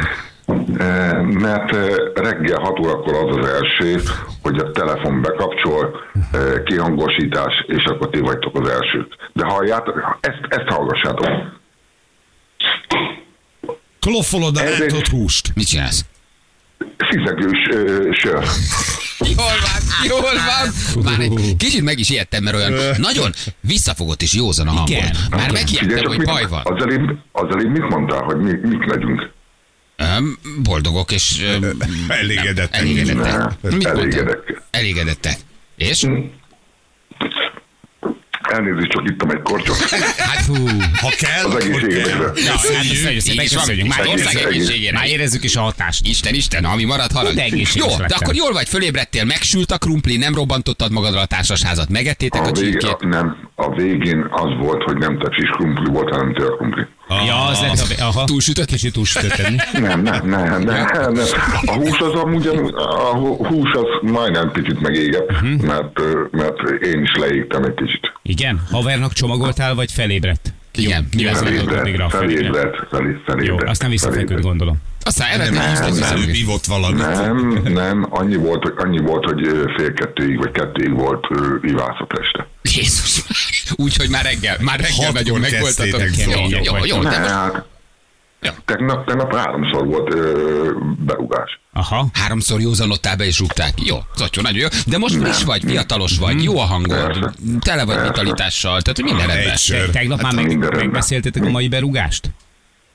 S6: Eh, Mert eh, reggel 6 órakor az az első, hogy a telefon bekapcsol, eh, kihangosítás, és akkor ti vagytok az elsők. De halljátok, ezt, ezt hallgassátok.
S3: Kloffolod a
S6: Ez egy-
S3: rántott húst.
S2: Mit csinálsz?
S6: Szizegős ö, sör.
S2: Jól van, jól van. Már egy kicsit meg is ijedtem, mert olyan nagyon visszafogott és józan a hangod.
S4: Igen.
S2: Már
S6: Figyelj
S2: megijedtem,
S6: csak,
S2: hogy
S6: mit-
S2: baj van.
S6: Az elébb, az elébb mit mondtál, hogy mi, mit megyünk?
S2: Öm, Boldogok és... öm,
S3: Elégedettek.
S2: Elégedettek.
S6: Ne,
S2: Mit mondtál?
S6: Eh, elégedek.
S2: Elégedettek. És?
S6: Elnézést, csak ittam egy kortyot.
S2: Hát hú.
S3: Ha kell,
S6: Az
S3: akkor kell.
S6: egészségemre.
S4: Ja, hát köszönjük,
S2: Így is van,
S4: megköszönjük. Már,
S2: már
S6: Egész-
S2: ország
S4: érezzük,
S6: egész-
S2: egészségére.
S4: már érezzük is a hatást.
S2: Isten, Isten, ami marad, halad.
S4: Hú, de egészséges
S2: Jó, de
S4: lettem.
S2: akkor jól vagy, fölébredtél, megsült a krumpli, nem robbantottad magadra a társasházat, megettétek a
S6: A, végén,
S2: csirkét.
S6: nem, a végén az volt, hogy nem tepsis krumpli volt, hanem tör krumpli.
S2: Ah.
S4: Ja, az lett a... vé- Aha.
S2: Túlsütött?
S4: Kicsit túlsütötted.
S6: Nem, nem, nem, nem, nem. A hús az amúgy, a hús az majdnem picit megégett, mert, ö, mert én is leégtem egy kicsit.
S4: Igen? Havernak csomagoltál, vagy felébredt?
S2: Igen, mi lesz?
S4: Felébredt. még rá
S6: Felébredt,
S4: a felébredt.
S6: felébredt, felé-
S4: Jó,
S6: felébredt.
S4: aztán visszafeküdt,
S6: felébredt.
S4: gondolom.
S2: Aztán eredmény
S6: Nem,
S2: is
S6: nem.
S3: Ő
S2: nem.
S3: ívott valamit.
S6: Nem, nem, annyi volt, hogy, annyi volt, hogy ö, fél kettőig vagy kettőig volt ö, ivászott este.
S2: Jézus Úgyhogy már reggel, már reggel
S3: Hatkor
S2: nagyon megvoltatok.
S3: kezdtétek,
S2: Jó,
S4: Zoli.
S2: jó, jó, de most
S6: Nem, hát
S2: Ja.
S6: tegnap, tegnap háromszor volt ö, berúgás.
S4: Aha.
S2: Háromszor józanodtál be és rúgták. Jó, Zatyó, nagyon jó. De most friss vagy, fiatalos vagy, jó a hangod,
S6: Persze.
S2: tele vagy vitalitással, tehát hogy minden rendben.
S3: Egy
S4: Te,
S3: sör.
S4: tegnap már meg,
S6: minden rendben.
S4: megbeszéltétek a mai berúgást?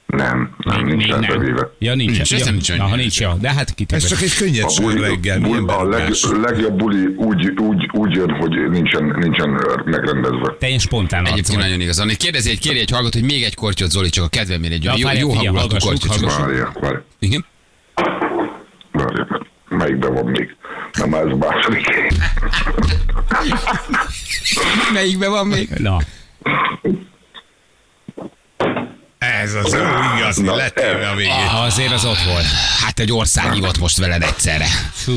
S6: Nem, nem, nincs elbevéve.
S4: Ja, nincs.
S2: Nincs,
S4: ja,
S2: ez nem nincs
S4: aha,
S2: olyan.
S4: nincs, ja. De hát
S3: Ez
S4: kitérve.
S3: csak egy könnyed sör reggel. Milyen
S6: a leg,
S3: berúgás.
S6: legjobb buli úgy, úgy, úgy jön, hogy nincsen, nincsen ö, megrendezve.
S4: Te ilyen spontán arc
S2: Egyébként
S4: vagy.
S2: nagyon igazán. Kérdezi egy, kéri egy hallgató, hogy még egy kortyot, Zoli, csak a kedvemért egy
S4: Ja,
S2: olyan jó,
S4: várjál,
S2: jó
S4: figyelj,
S2: hangulatú
S4: hallgassuk,
S2: kortyot. csak-
S4: hallgassuk.
S6: Várjál, várjál,
S2: Igen?
S6: várjál, mert melyikben van még? Nem, ez második.
S3: Hát,
S2: Melyikben van még?
S4: Na,
S3: Ez ez az jó igazi,
S6: Na,
S3: letéve a végén.
S2: Ah, azért az ott volt. Hát egy ország ívott most veled egyszerre. Fú.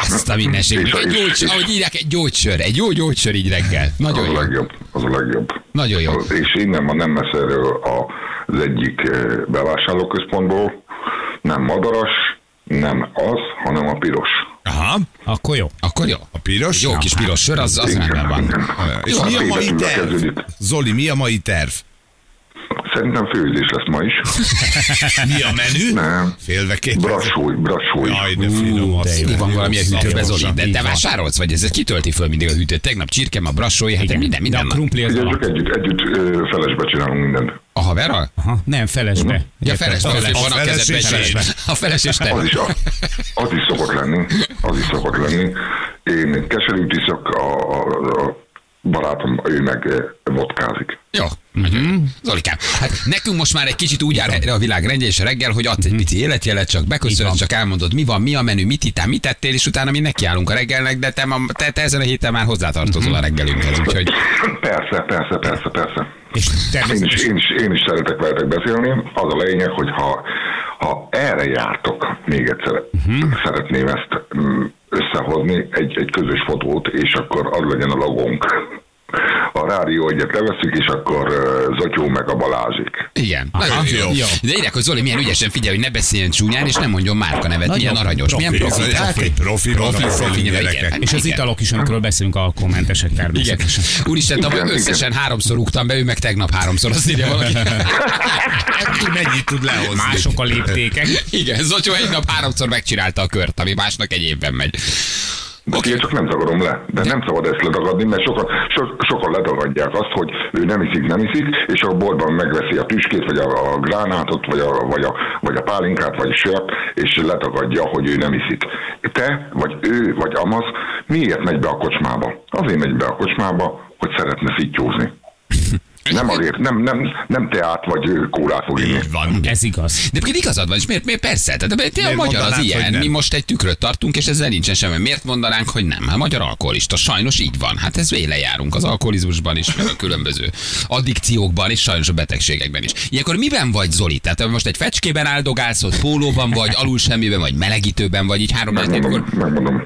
S2: Azt a mindenség. Egy gyógysör, ahogy írják, egy gyógysör. Egy jó gyógysör így reggel. Nagyon
S6: Az a
S2: jó.
S6: legjobb, az a legjobb.
S2: Nagyon jó.
S6: Az- És innen van nem messzeről a- az egyik eh, bevásárlóközpontból, nem madaras, nem az, hanem a piros.
S3: Aha,
S4: Akkor jó.
S2: Akkor jó.
S3: a piros.
S2: Jó kis piros sör, az, az rendben van.
S3: És mi a mai
S6: Édesművel
S3: terv?
S6: hát kezdődik.
S3: Zoli, mi a mai terv?
S6: Szerintem főzés lesz ma is.
S3: Mi a menü?
S6: Nem.
S3: Félve két perc.
S6: Brassúj, brassúj.
S3: Jaj, de finom az.
S2: Mindig van valami egy hűtőbe, Zoli, de te
S4: Így van.
S2: vásárolsz, vagy ez kitölti föl mindig a hűtőt. Tegnap csirkem, a brassói, hát minden,
S4: De
S2: minden.
S4: a
S2: nap.
S4: krumpli az
S6: Ugye
S4: alap.
S6: csak együtt, együtt ö, felesbe csinálunk mindent.
S2: A haverral?
S4: Aha, nem, felesbe.
S2: Ja, feles, feles,
S3: feles-
S2: van a kezedben
S3: feles-
S2: egy
S3: feles-
S2: A feles és te.
S6: Az is, a- az is szokott lenni, az is szokott lenni. Én keserűt iszok, a, a, a barátom, ő meg eh, vodkázik.
S2: Jó.
S4: Mhm.
S2: Mm-hmm. Zolikám, hát nekünk most már egy kicsit úgy áll erre a világ rendje és a reggel, hogy adsz egy pici életjelet, csak
S4: Mhm. Így
S2: beköszönöd,
S4: van.
S2: csak elmondod, mi van, mi a menü, mit ittál, mit tettél, és utána mi nekiállunk a reggelnek, de te, ma, te, te ezen a héten már hozzátartozol a reggelünkhez, úgyhogy
S6: Persze, persze, persze, persze.
S4: És
S6: Én is,
S4: természetesen
S6: én is, én is szeretek veletek beszélni. Az a lényeg, hogy ha, ha erre jártok, még egyszer
S4: Mhm.
S6: uh-huh. szeretném ezt mm, összehozni, egy, egy közös fotót, és akkor az legyen a logónk. A rádió egyet leveszük, és akkor ö, Zotyó meg a Balázsik.
S2: igen. Nagyon jó.
S3: jó.
S2: De írják, hogy Zoli milyen ügyesen figyel, hogy ne beszéljen csúnyán, és nem mondjon márka nevet,
S4: Nagyon
S2: milyen aranyos, milyen
S3: Profi,
S2: profi.
S3: hát egy profi, profi,
S2: Profi,
S3: profi,
S2: igen,
S3: gyerekek.
S2: igen.
S4: és az italok is, amikről beszélünk, alkoholmentesek
S2: Igen.
S4: természetesen.
S2: Úristen, tavaly
S6: Igen, igen.
S2: összesen háromszor rúgtam be, ő meg tegnap háromszor, azt írja valaki.
S3: Hát, Ki mennyit tud lehozni?
S4: Mások a léptékek.
S2: Igen, Zotyó egy nap háromszor megcsinálta a kört, ami másnak egy évben megy.
S6: De okay. csak nem zavarom le. De nem szabad ezt letagadni, mert sokan, so, sokan letagadják azt, hogy ő nem iszik, nem iszik, és a boltban megveszi a tüskét, vagy a, a gránátot, vagy a, vagy, a, vagy a pálinkát, vagy a sört, és letagadja, hogy ő nem iszik. Te, vagy ő, vagy Amaz miért megy be a kocsmába? Azért megy be a kocsmába, hogy szeretne szittyózni. Nem azért, nem, nem, nem teát vagy ö, kólát fog inni.
S3: Így van.
S4: Ez igaz.
S2: De pedig igazad van, és miért, miért persze? Tehát de- de a
S3: Miért
S2: magyar az
S3: mondanád,
S2: ilyen.
S3: hogy nem?
S2: Mi most egy tükröt tartunk, és ezzel nincsen semmi. Miért mondanánk, hogy nem? Hát magyar alkoholista, sajnos így van. Hát ez véle járunk az alkoholizmusban is, meg a különböző addikciókban, és sajnos a betegségekben is. Ilyenkor miben vagy, Zoli? Tehát te most egy fecskében áldogálsz, ott pólóban vagy, alul semmiben vagy, melegítőben vagy, így három nagy
S6: Megmondom,
S2: akkor...
S6: megmondom.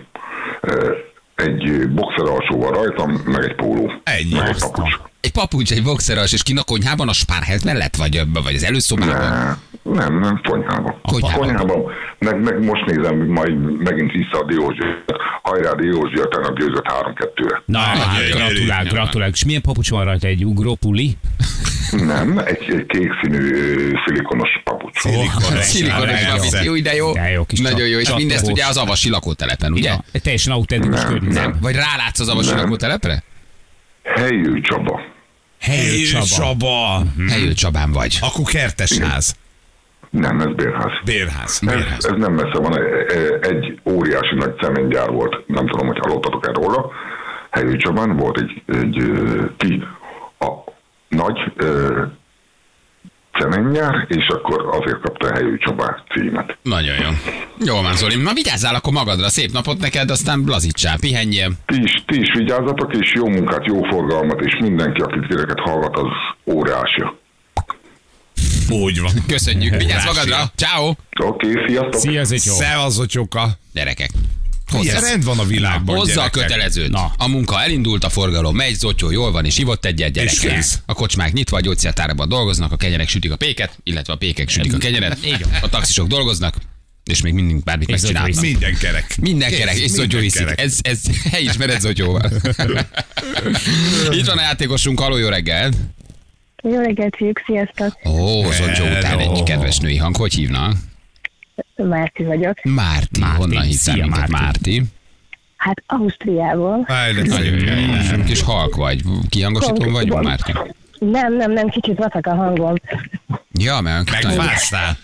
S6: Ö, Egy ö, boxer alsóval rajtam, meg egy póló.
S3: Ennyi.
S6: Meg egy papucs.
S2: Egy papucs, egy boxeras, és kin a konyhában, a spárhelt mellett, vagy, vagy az előszobában?
S6: Nem, nem, konyhában.
S2: Konyhában.
S6: konyhában. Meg, meg most nézem majd megint vissza a Diózsiat. Hajrá Diózsia, tegnap győzött 3-2-re.
S4: Na, hát, gratulálok, gratulálok. És milyen papucs van rajta? Egy ugrópuli?
S6: Nem, egy, egy kék színű ö, szilikonos papucs.
S2: Hát,
S3: Szilikon.
S2: Szilikon,
S3: Szilikon.
S2: és jó, de jó.
S4: De jó kis
S2: Nagyon
S4: csap-
S2: jó, és
S4: csapogós.
S2: mindezt ugye az avasi lakótelepen, ugye?
S4: Ja, egy teljesen autentikus
S6: Nem,
S4: környezet.
S2: Vagy rálátsz az avasi
S6: Nem.
S2: lakótelepre?
S6: Helyű Csaba.
S4: Helyő Csaba.
S3: Csaba.
S2: Helyő Csabán vagy.
S3: Akkor kertes ház.
S6: Nem, ez Bérház.
S3: Bérház.
S6: Ez,
S3: Bérház.
S6: ez nem messze van, e- e- egy óriási nagy cementgyár volt, nem tudom, hogy hallottatok-e róla. Helyő Csabán volt egy, egy ö, ki a nagy ö, cementgyár, és akkor azért kapta a Helyő Csabá címet.
S2: Nagyon jó. Jó van, Zoli. Na vigyázzál akkor magadra. Szép napot neked, aztán lazítsál, pihenjél.
S6: Ti is, ti is vigyázzatok, és jó munkát, jó forgalmat, és mindenki, akit gyereket hallgat, az óriási.
S3: Úgy van.
S2: Köszönjük. Vigyázz magadra. Ciao.
S6: Oké, okay, sziasztok!
S4: Szia, ez egy jó.
S3: Szevasz, Otyoka.
S2: Gyerekek.
S3: Ilyen rend van a világban,
S2: Hozza a
S3: gyerekek.
S2: kötelezőt.
S4: Na.
S2: A munka elindult, a forgalom megy, Zotyó jól van, és ivott egyet
S3: És
S2: gyerekek.
S3: kész.
S2: A kocsmák nyitva, a gyógyszertárban dolgoznak, a kenyerek sütik a péket, illetve a pékek sütik a kenyeret. A taxisok dolgoznak, és még mindig bármit
S4: Zotyó
S2: megcsinálnak.
S4: iszik.
S3: Minden kerek.
S2: Minden kerek, és
S3: minden
S2: Zotyó iszik.
S3: kerek.
S2: Ez, ez helyismered Zotyóval. Itt van a játékosunk, aló, jó reggel.
S7: Jó reggelt, fiúk, sziasztok!
S2: Ó, Zotyó után
S3: Hello.
S2: egy kedves női hang, hogy hívnak?
S7: Márti vagyok.
S2: Márti,
S4: Márti.
S2: honnan hiszem,
S4: Szia,
S2: minket Márti.
S7: Hát Ausztriából.
S3: Áj, de szép.
S2: Márti. Kis halk vagy, kihangosítón vagy, Márti?
S7: Nem, nem, nem, kicsit vacak a hangom.
S2: Ja, mert nagyon,
S3: Megfáztál.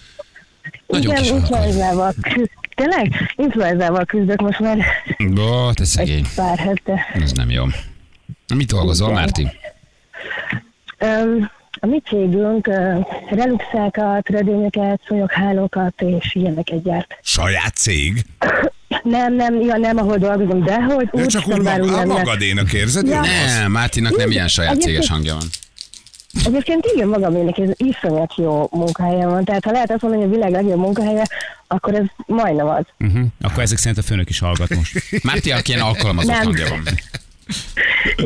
S2: nagyon kis
S7: Igen,
S2: halk vagy.
S7: influenzával küzd. Tényleg? Influenzával küzdök most már
S2: Ó, te szegény,
S7: egy pár hete.
S2: ez nem jó. Mit dolgozol, Márti?
S7: Öm, a mi cégünk ö, reluxákat, redényeket, szúnyoghálókat és ilyeneket gyárt.
S3: Saját cég?
S7: Nem, nem, ja, nem, ahol dolgozom, de hogy
S3: Ő
S7: úgy
S3: csak úgy
S7: bár
S3: mag-
S7: úgy
S3: a
S7: nem lesz.
S3: magadénak érzed? Ja.
S2: Nem, Mártinak nem ilyen saját
S7: Egyébként-
S2: céges hangja van.
S7: Egyébként igen magam ének, ez iszonyat jó munkahelyem van. Tehát ha lehet azt mondani, hogy a világ legjobb munkahelye, akkor ez majdnem az.
S4: Uh-huh. Akkor ezek szerint a főnök is hallgat most.
S2: Mártiak ilyen alkalmazott
S7: Nem.
S2: hangja van.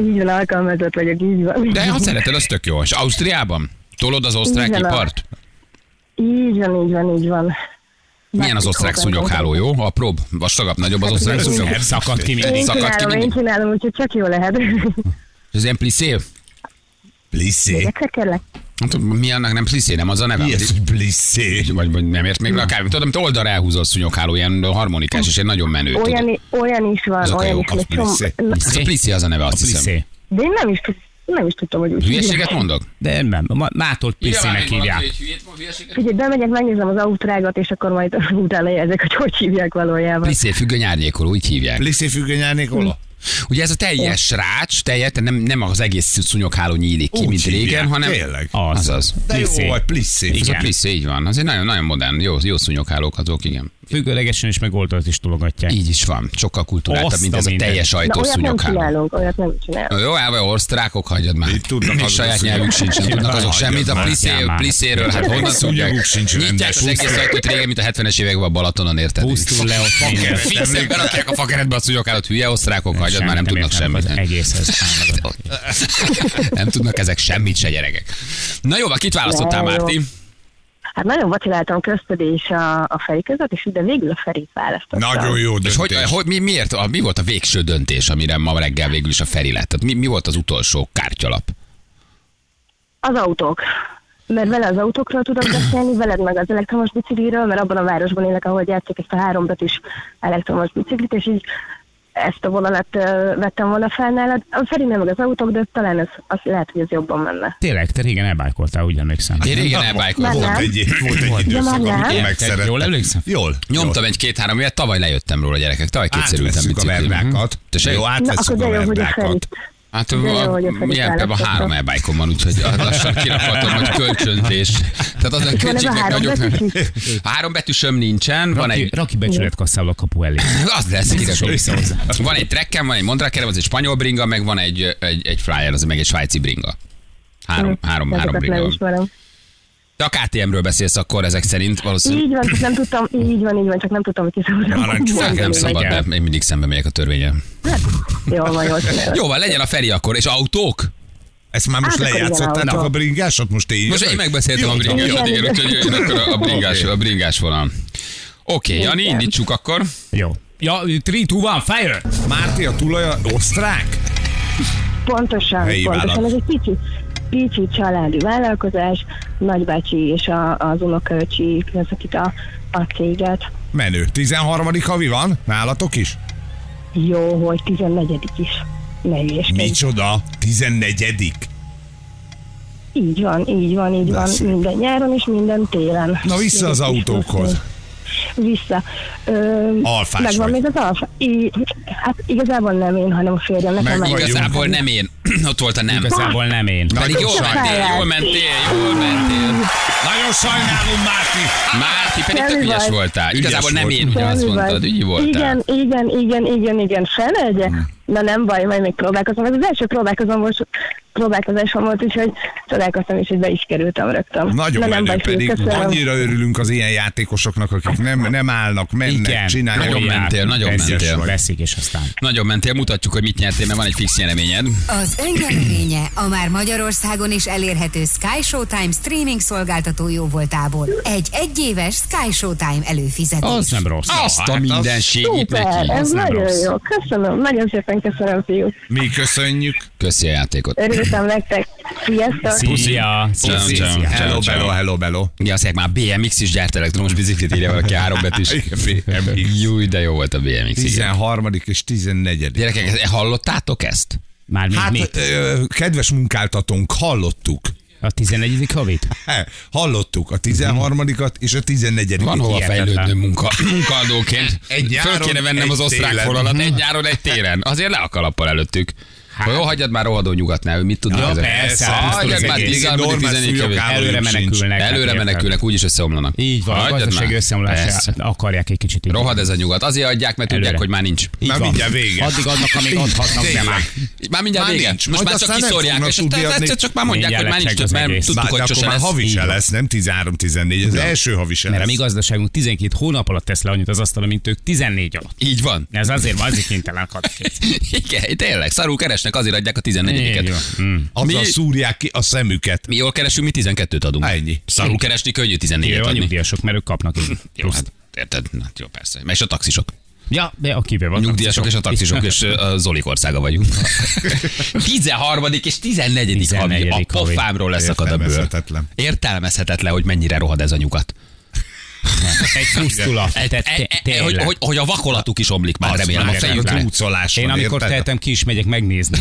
S7: Így van, alkalmazott vagyok, így van.
S2: De ha szereted, az tök jó. És Ausztriában? Tolod az osztrák
S7: Igen, a-
S2: ipart?
S7: Így van, így van, így van.
S2: Milyen az osztrák szúnyogháló, jó? Apróbb, vastagabb, nagyobb az osztrák szúnyog.
S4: Szakadt ki
S7: Én
S4: mindig.
S2: Szakadt ki
S7: csinálom, én
S2: mindig.
S7: csinálom, úgyhogy csak jó lehet.
S2: Ez ilyen plissé?
S3: Plissé.
S7: Egyszer kérlek.
S2: Hát, Mi annak nem plissé, nem az a neve?
S3: Mi ez, hogy plissé?
S2: Vagy, vagy nem ért még le a kávét. Tudom, amit oldalra elhúzol szúnyogháló, ilyen harmonikás, és egy nagyon menő. tudod.
S7: Olyan, i- olyan is van,
S2: Azok a
S7: olyan
S2: jók,
S7: is van.
S3: az plissé.
S7: Na,
S2: Ez a plissé az a neve, azt hiszem.
S4: Piszé.
S7: De én nem is, tud- nem is tudtam, hogy úgy
S2: Hülyeséget mondok?
S4: De nem, ma- mától piszének hívják.
S7: Figyelj, bemegyek, megnézem az ausztrágot, és akkor majd utána jelzek, hogy hogy hívják valójában.
S2: Plissé függöny árnyékoló, így hívják.
S3: Plissé függönyárnék ola?
S2: Ugye ez a teljes rács, teljes, tehát nem, nem az egész szúnyogháló nyílik ki,
S3: Úgy
S2: mint
S3: hívják,
S2: régen, hanem...
S3: tényleg?
S2: Az.
S4: Az.
S2: Azaz.
S3: De jó,
S4: Plissé.
S3: vagy plissé.
S2: Ez a
S4: Igen.
S2: plissé, így van. Az egy nagyon, nagyon modern, jó, jó szúnyoghálók azok, igen.
S4: Függőlegesen is meg oldalt is tologatják.
S2: Így is van. Sokkal kultúráltabb,
S4: Azt
S2: mint
S4: a
S2: ez a
S4: mindent.
S2: teljes
S7: Na,
S2: ajtós
S7: olyat nem
S2: szúnyogháló.
S7: csinálunk, olyat nem csinálunk.
S2: Jó, elve osztrákok, hagyjad már.
S3: Mit tudnak
S2: Még
S3: azok
S2: saját
S3: a
S2: nyelvük
S3: szúnyogok?
S2: sincs, nem tudnak azok
S3: Hagyjad
S2: semmit. A
S3: már.
S2: pliszé,
S4: Hagyjál már.
S2: pliszéről, hát honnan
S3: Szúnyoguk
S2: tudják?
S3: sincs
S2: Nyitják
S3: rendes.
S2: az egész ajtót régen, mint a 70-es években a Balatonon, érted?
S4: Pusztul le ott minden.
S2: Fixen berakják a fakeretbe a szúnyoghálót, hülye osztrákok, hagyjad már, nem tudnak
S4: értem
S2: semmit.
S4: Az egészhez. állagot.
S2: Nem tudnak ezek semmit se gyerekek. Na jó, van, kit választottál,
S7: Na, jó.
S2: Márti?
S7: Hát nagyon vaciláltam közted és a, a Feri között, és de végül a Ferit választottam.
S3: Nagyon jó
S2: És
S3: döntés.
S2: hogy, hogy mi, miért, a, mi volt a végső döntés, amire ma reggel végül is a Feri lett? Tehát mi, mi volt az utolsó kártyalap?
S7: Az autók. Mert vele az autókról tudok beszélni, veled meg az elektromos bicikliről, mert abban a városban élek, ahol gyártják ezt a hárombetűs elektromos biciklit, és így ezt a vonalat ö, vettem volna fel nálad. A Ferinél meg az autók, de talán ez, az lehet, hogy ez jobban menne.
S4: Tényleg, te régen elbájkoltál, úgy emlékszem.
S2: Én régen elbájkoltam.
S7: Nem.
S3: Volt egy, volt egy
S7: Ja,
S3: időszak,
S7: nem.
S3: amikor megszerettem.
S4: Jól emlékszem?
S3: Jól.
S2: Nyomtam egy-két-három évet, tavaly lejöttem róla gyerekek, tavaly kétszer ültem
S3: Átvesszük a
S2: biciklire.
S3: verdákat.
S2: Tessék?
S3: Jó,
S7: Na, akkor
S3: átvesszük
S7: de
S3: a
S7: jó, hogy a
S3: verdákat.
S7: Ferit.
S2: Hát
S7: jó,
S2: a,
S7: hogy a Feri
S2: jelenben
S7: választotta.
S2: három elbájkom van, úgyhogy lassan kirakhatom, hogy kölcsönzés. Tehát az a
S7: van ez a
S2: költségnek
S7: három
S2: nagyok.
S7: betűs
S2: Három betűsöm nincsen, van
S4: Raki,
S2: egy
S4: Raki becsület kasszával a kapu elé.
S2: Az lesz, kirakom.
S4: vissza hozzá.
S2: Van egy trekkem, van egy mondrakerem, az egy spanyol bringa, meg van egy, egy, egy flyer, az meg egy svájci bringa. Három, három, három
S7: Hm, Ezeket
S2: bringa
S7: nem
S2: van.
S7: ismerem.
S2: De a KTM-ről beszélsz akkor ezek szerint valószínűleg.
S7: Így van, csak nem tudtam, így van, így van, csak nem tudtam, hogy kiszúrtam.
S2: Nem, nem szabad,
S4: Igen.
S2: nem. Én mindig szembe megyek a törvényen.
S7: Jó, van, jól csinálod.
S2: Jó van, Szóval legyen a Feri akkor. És autók?
S3: Ezt már most
S7: Hát akkor igen,
S3: lejátszottátok
S7: autó.
S3: a bringásot? Most én
S2: Most én megbeszéltem
S3: Jó,
S2: a bringásot,
S7: igen.
S2: igen, úgyhogy jöjjön akkor a a bringás,
S3: Oké.
S2: a bringás vonal. Oké, okay, Jani, indítsuk akkor.
S4: Jó. Ja, 3, 2, 1, fire!
S3: Márti, a tulaja osztrák?
S7: Pontosan,
S3: Helyi
S7: pontosan.
S3: vállalat.
S7: Ez egy pici, pici családi vállalkozás, nagybácsi és a, az unokaöcsi vezekít a, a céget.
S3: Menő. 13. havi van? Nálatok is?
S7: Jó, hogy 14 is. Ne Mi?
S3: Micsoda? 14.
S7: Így van, így van, így
S3: Na,
S7: van.
S3: szép.
S7: Minden nyáron és minden télen.
S3: Na, vissza az
S7: Egy kis
S3: autókhoz.
S7: plusz még. Vissza. Ö,
S3: Alfás
S7: Megvan
S3: vagy.
S7: még az alfa? I, hát igazából nem én, hanem a férjem.
S3: Meg
S7: Nekem megvan.
S2: Igazából nem én. Ott volt a nem.
S4: Igazából nem én.
S2: Pedig jól mentél, jól mentél, jól mentél.
S3: Nagyon sajnálom, Márti.
S2: Márti, pedig
S7: Semmi
S2: tök ügyes
S7: baj.
S2: voltál.
S3: Ügyes
S2: Igazából nem
S3: volt.
S2: én, ugye azt
S7: Semmi baj.
S2: mondtad, ügyi voltál. Mhm.
S7: Igen, igen, igen, igen, igen, felvegye. Na nem baj, majd még próbálkozom. Ez az első próbálkozom volt, próbálkozásom volt, úgyhogy csodálkoztam is, hogy be is kerültem rögtön. Na,
S3: Nagyon
S7: nem
S3: menő
S7: baj, fiú,
S3: pedig.
S7: köszönöm.
S3: Annyira örülünk az ilyen játékosoknak, akik nem, nem állnak, mennek,
S4: Igen.
S3: csinálják.
S2: Nagyon
S4: Olyan.
S2: mentél, nagyon
S4: Egyes
S2: mentél.
S4: vagy. Veszik, és aztán.
S2: Nagyon mentél, mutatjuk, hogy mit nyertél, mert van egy fix nyereményed.
S8: Az önnyereménye a már Magyarországon is elérhető Sky Showtime streaming szolgáltató jóvoltából. Egy egyéves Sky Showtime előfizetés.
S4: Az nem rossz.
S2: Azt
S3: hát
S2: a
S3: az
S2: mindenségét
S7: Szuper,
S2: neki.
S7: ez
S4: nem
S7: nagyon
S4: rossz.
S7: jó. Köszönöm, nagyon szépen köszönöm, fiú.
S3: Mi köszönjük.
S2: Köszi a játékot.
S7: Örültem nektek.
S4: Szia!
S7: Sziasztok!
S4: Szia!
S2: Ciao, ciao,
S4: Szia!
S2: ciao,
S3: Hello,
S2: ciao.
S3: bello, hello, bello.
S2: Igen, azt mondják, már BMX is gyárt elektromos biciklit, írja valaki három betűs.
S3: BMX.
S2: Júj, de jó volt a BMX. Igen.
S3: 13. és 14.
S2: Gyerekek, ezt- hallottátok ezt?
S4: Már még
S3: Hát,
S4: mit?
S3: ö, kedves munkáltatónk, hallottuk.
S4: A 11. havit?
S3: He, Hallottuk a 13 és a 14
S2: Van hova
S4: Hihetetlen.
S2: fejlődnő munka, munkaadóként.
S3: Egy
S2: Föl
S3: nyáron,
S2: kéne vennem
S3: egy
S2: az osztrák
S3: télen.
S2: fonalat egy nyáron, egy téren. Azért le a kalappal előttük. Hát. Jó, hagyjad már rohadó nyugatnál, ő mit tudnak
S4: Ja,
S2: ezek?
S4: persze,
S2: Ah,
S4: hát
S2: Hagyjad
S4: az
S2: már
S3: egész.
S2: 13
S3: Normál
S2: 14
S3: szülők
S2: kevés.
S3: áll-
S4: Előre
S3: Háborúk sincs.
S4: menekülnek. hát
S2: Előre
S4: érted?
S2: menekülnek, úgyis összeomlanak.
S4: Így van, a
S2: Hagyjad
S4: gazdasági
S2: már. Persze.
S4: összeomlását akarják egy kicsit. így.
S2: Rohad ez a nyugat. Azért adják, mert tudják,
S4: Előre.
S2: hogy már nincs.
S4: Így
S3: Már
S4: van.
S3: mindjárt vége.
S4: Addig adnak, amíg adhatnak, de már.
S2: Már mindjárt
S3: Már
S2: vége.
S3: nincs.
S2: Most
S3: Majd
S2: már csak
S3: aztán nem
S2: kiszórják,
S3: fognak
S2: és
S3: tudni
S2: tehát
S3: adni.
S2: egyszer csak már mondják, hogy
S4: Mindjárt
S2: már nincs
S4: lecseg
S2: több,
S4: az
S2: mert
S4: egész.
S2: tudtuk,
S3: Bár,
S2: hogy
S3: de akkor
S2: sose
S3: már
S2: lesz.
S3: havi se lesz, nem 13-14, az első havi se
S4: Mert a
S3: lesz.
S4: mi gazdaságunk 12 hónap alatt tesz le annyit az asztalon, mint ők 14 alatt.
S2: Így van.
S4: Ez azért van, azért kénytelen katként.
S2: Igen, tényleg. Szarul keresnek, azért adják a
S4: Így
S2: 14-et.
S4: van. Mm.
S3: Azzal
S2: Mi-
S3: szúrják ki a szemüket.
S2: Mi jól keresünk, mi 12-t adunk.
S3: Há, ennyi.
S2: Szarul keresni, könnyű 14-et
S4: Jó, a
S2: adni.
S4: nyugdíjasok, mert ők kapnak így.
S2: Jó, hát érted? Na, jó, persze. Meg és a taxisok.
S4: Ja, de a
S2: A
S4: kivéve van.
S2: nyugdíjasok és a taxisok, és ö, a Zolik országa vagyunk. 13. és 14. havi.
S4: 14.
S2: A
S4: havi.
S2: pofámról leszakad a bőr.
S3: Értelmezhetetlen.
S2: Értelmezhetetlen, hogy mennyire rohad ez a nyugat.
S4: Egy pusztula.
S2: Egy-
S4: Te-
S2: egy-
S4: te-
S2: egy-
S4: tényleg.
S2: e, Hogy, hogy, hogy a vakolatuk is omlik már,
S4: Az
S2: remélem a
S4: már
S2: fejük.
S4: remélem.
S3: Úcolás
S4: Én
S3: van,
S4: amikor
S3: érted?
S4: tehetem, ki is megyek megnézni.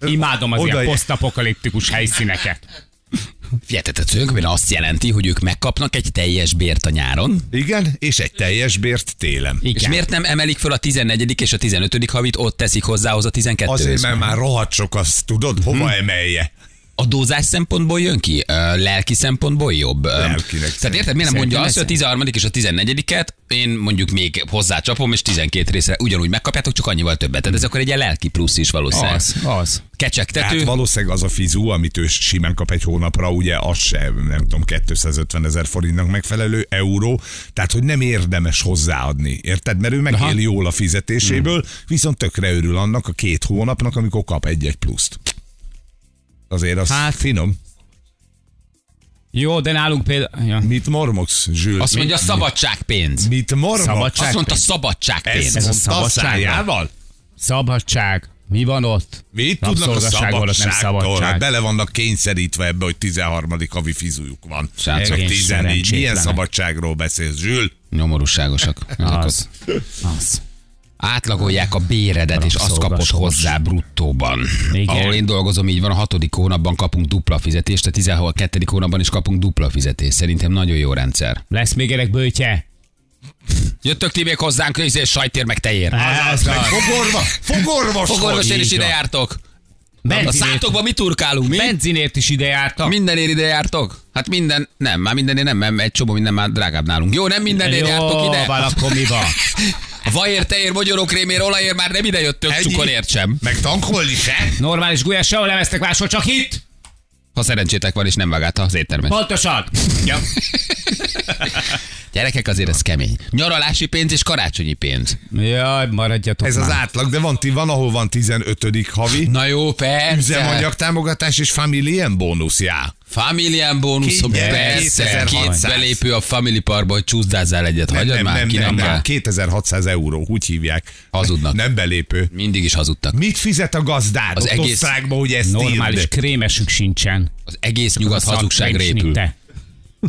S4: Imádom az
S3: Oda-
S4: ilyen posztapokaliptikus helyszíneket.
S2: Fiatetetőnk, mert azt jelenti, hogy ők megkapnak egy teljes bért a nyáron.
S3: Igen, és egy teljes bért télen.
S2: Igen. És miért nem emelik föl a 14. és a 15. havit, ott teszik hozzához a 12.
S3: Azért, mert már rohadt sok, azt tudod, hova
S2: Mhm.
S3: emelje.
S2: Adózás szempontból jön ki? Ö, Lelki szempontból jobb? Ö,
S3: Lelkileg
S2: Tehát érted, miért nem mondja azt, hogy a 13. és a 14 én mondjuk még hozzácsapom, és 12 részre ugyanúgy megkapjátok, csak annyival többet. Tehát ez akkor egy ilyen lelki plusz is valószínűleg.
S4: Az, az.
S2: Kecsegtető.
S3: Tehát Hát valószínűleg az a fizu, amit ő simán kap egy hónapra, ugye az se, nem tudom, 250 ezer forintnak megfelelő euró, tehát hogy nem érdemes hozzáadni, érted? Mert ő megéli jól a
S4: Hmm.
S3: fizetéséből, viszont tökre örül annak a két hónapnak, amikor kap egy-egy pluszt. Azért az hát, finom.
S4: Jó, de nálunk például... Ja.
S3: Mit mormogsz, Zsül?
S2: Azt mondja, szabadságpénz.
S3: Mit mormogsz?
S4: Szabadság-
S2: Azt mondta,
S3: Ezt
S2: szabadságpénz.
S4: Ez a
S3: mondta a
S4: szabadság.
S3: szájával?
S4: Szabadság. Mi van ott?
S3: Mit tudnak a
S4: Rabszolgaság volt, nem
S3: szabadságtól? Hát
S4: szabadság.
S3: bele vannak kényszerítve ebbe, hogy 13. havi fizujuk van.
S2: Srácok,
S3: Meg 14. Milyen
S4: szerencsétlenek.
S3: szabadságról beszélsz, Zsül?
S2: Nyomorúságosak. Ezek ott.
S4: Az. Az.
S2: Átlagolják a béredet, és azt kapod
S4: Rabszolgasorsa.
S2: hozzá bruttóban.
S4: Igen.
S2: Ahol én dolgozom, így van, a hatodik hónapban kapunk dupla fizetést, a 12. hónapban is kapunk dupla fizetést. Szerintem nagyon jó rendszer.
S4: Lesz még ennek bőtje?
S2: Jöttök ti még hozzánk, és sajtér meg tejér.
S4: Hát, Az,
S3: Meg fogorva, fogorvos
S2: Fogorvos, én is
S4: így
S2: ide
S4: van.
S2: jártok. A
S4: Benzinért,
S2: szátokba mi turkálunk, mi?
S4: benzinért is ide jártak.
S2: Mindenért ide jártok? Hát minden, nem, már mindenért nem, mert egy csomó minden már drágább nálunk. Jó, nem mindenért jártok ide.
S4: van, akkor mi van?
S2: A vajért, tejér, magyarokrémér, olajért már nem ide jöttök,
S3: Ennyi?
S2: cukorért sem.
S3: Meg tankolni se?
S4: Normális gulyás sehol nem esztek máshol, csak itt?
S2: Ha szerencsétek van, és nem vág át az éttermet.
S4: Pontosan. Ja.
S2: Gyerekek, azért ez kemény. Nyaralási pénz és karácsonyi pénz.
S4: Jaj, maradjatok
S3: Ez
S4: már.
S3: az átlag, de van, ti van, ahol van 15. havi.
S2: Na jó, persze.
S3: Üzemanyag támogatás és familien bónusz já.
S2: Familián bónusz,
S3: Két gyerek,
S2: persze.
S3: 2600.
S2: Két belépő a Family Parkba, hogy csúszdázzál egyet.
S3: Nem,
S2: Hagyjad
S3: nem,
S2: már,
S3: nem,
S2: ki
S3: nem,
S2: nem kell.
S3: nem, 2600 euró, úgy hívják.
S2: Hazudnak.
S3: Nem belépő.
S2: Mindig is hazudtak.
S3: Mit fizet a gazdád?
S2: Az
S3: Az
S2: egész-
S3: egész Osztrákban, hogy ezt
S4: Normális
S3: írd?
S4: krémesük sincsen.
S2: Az egész nyugat hazugságra
S4: Nincs
S2: épül.
S4: Te.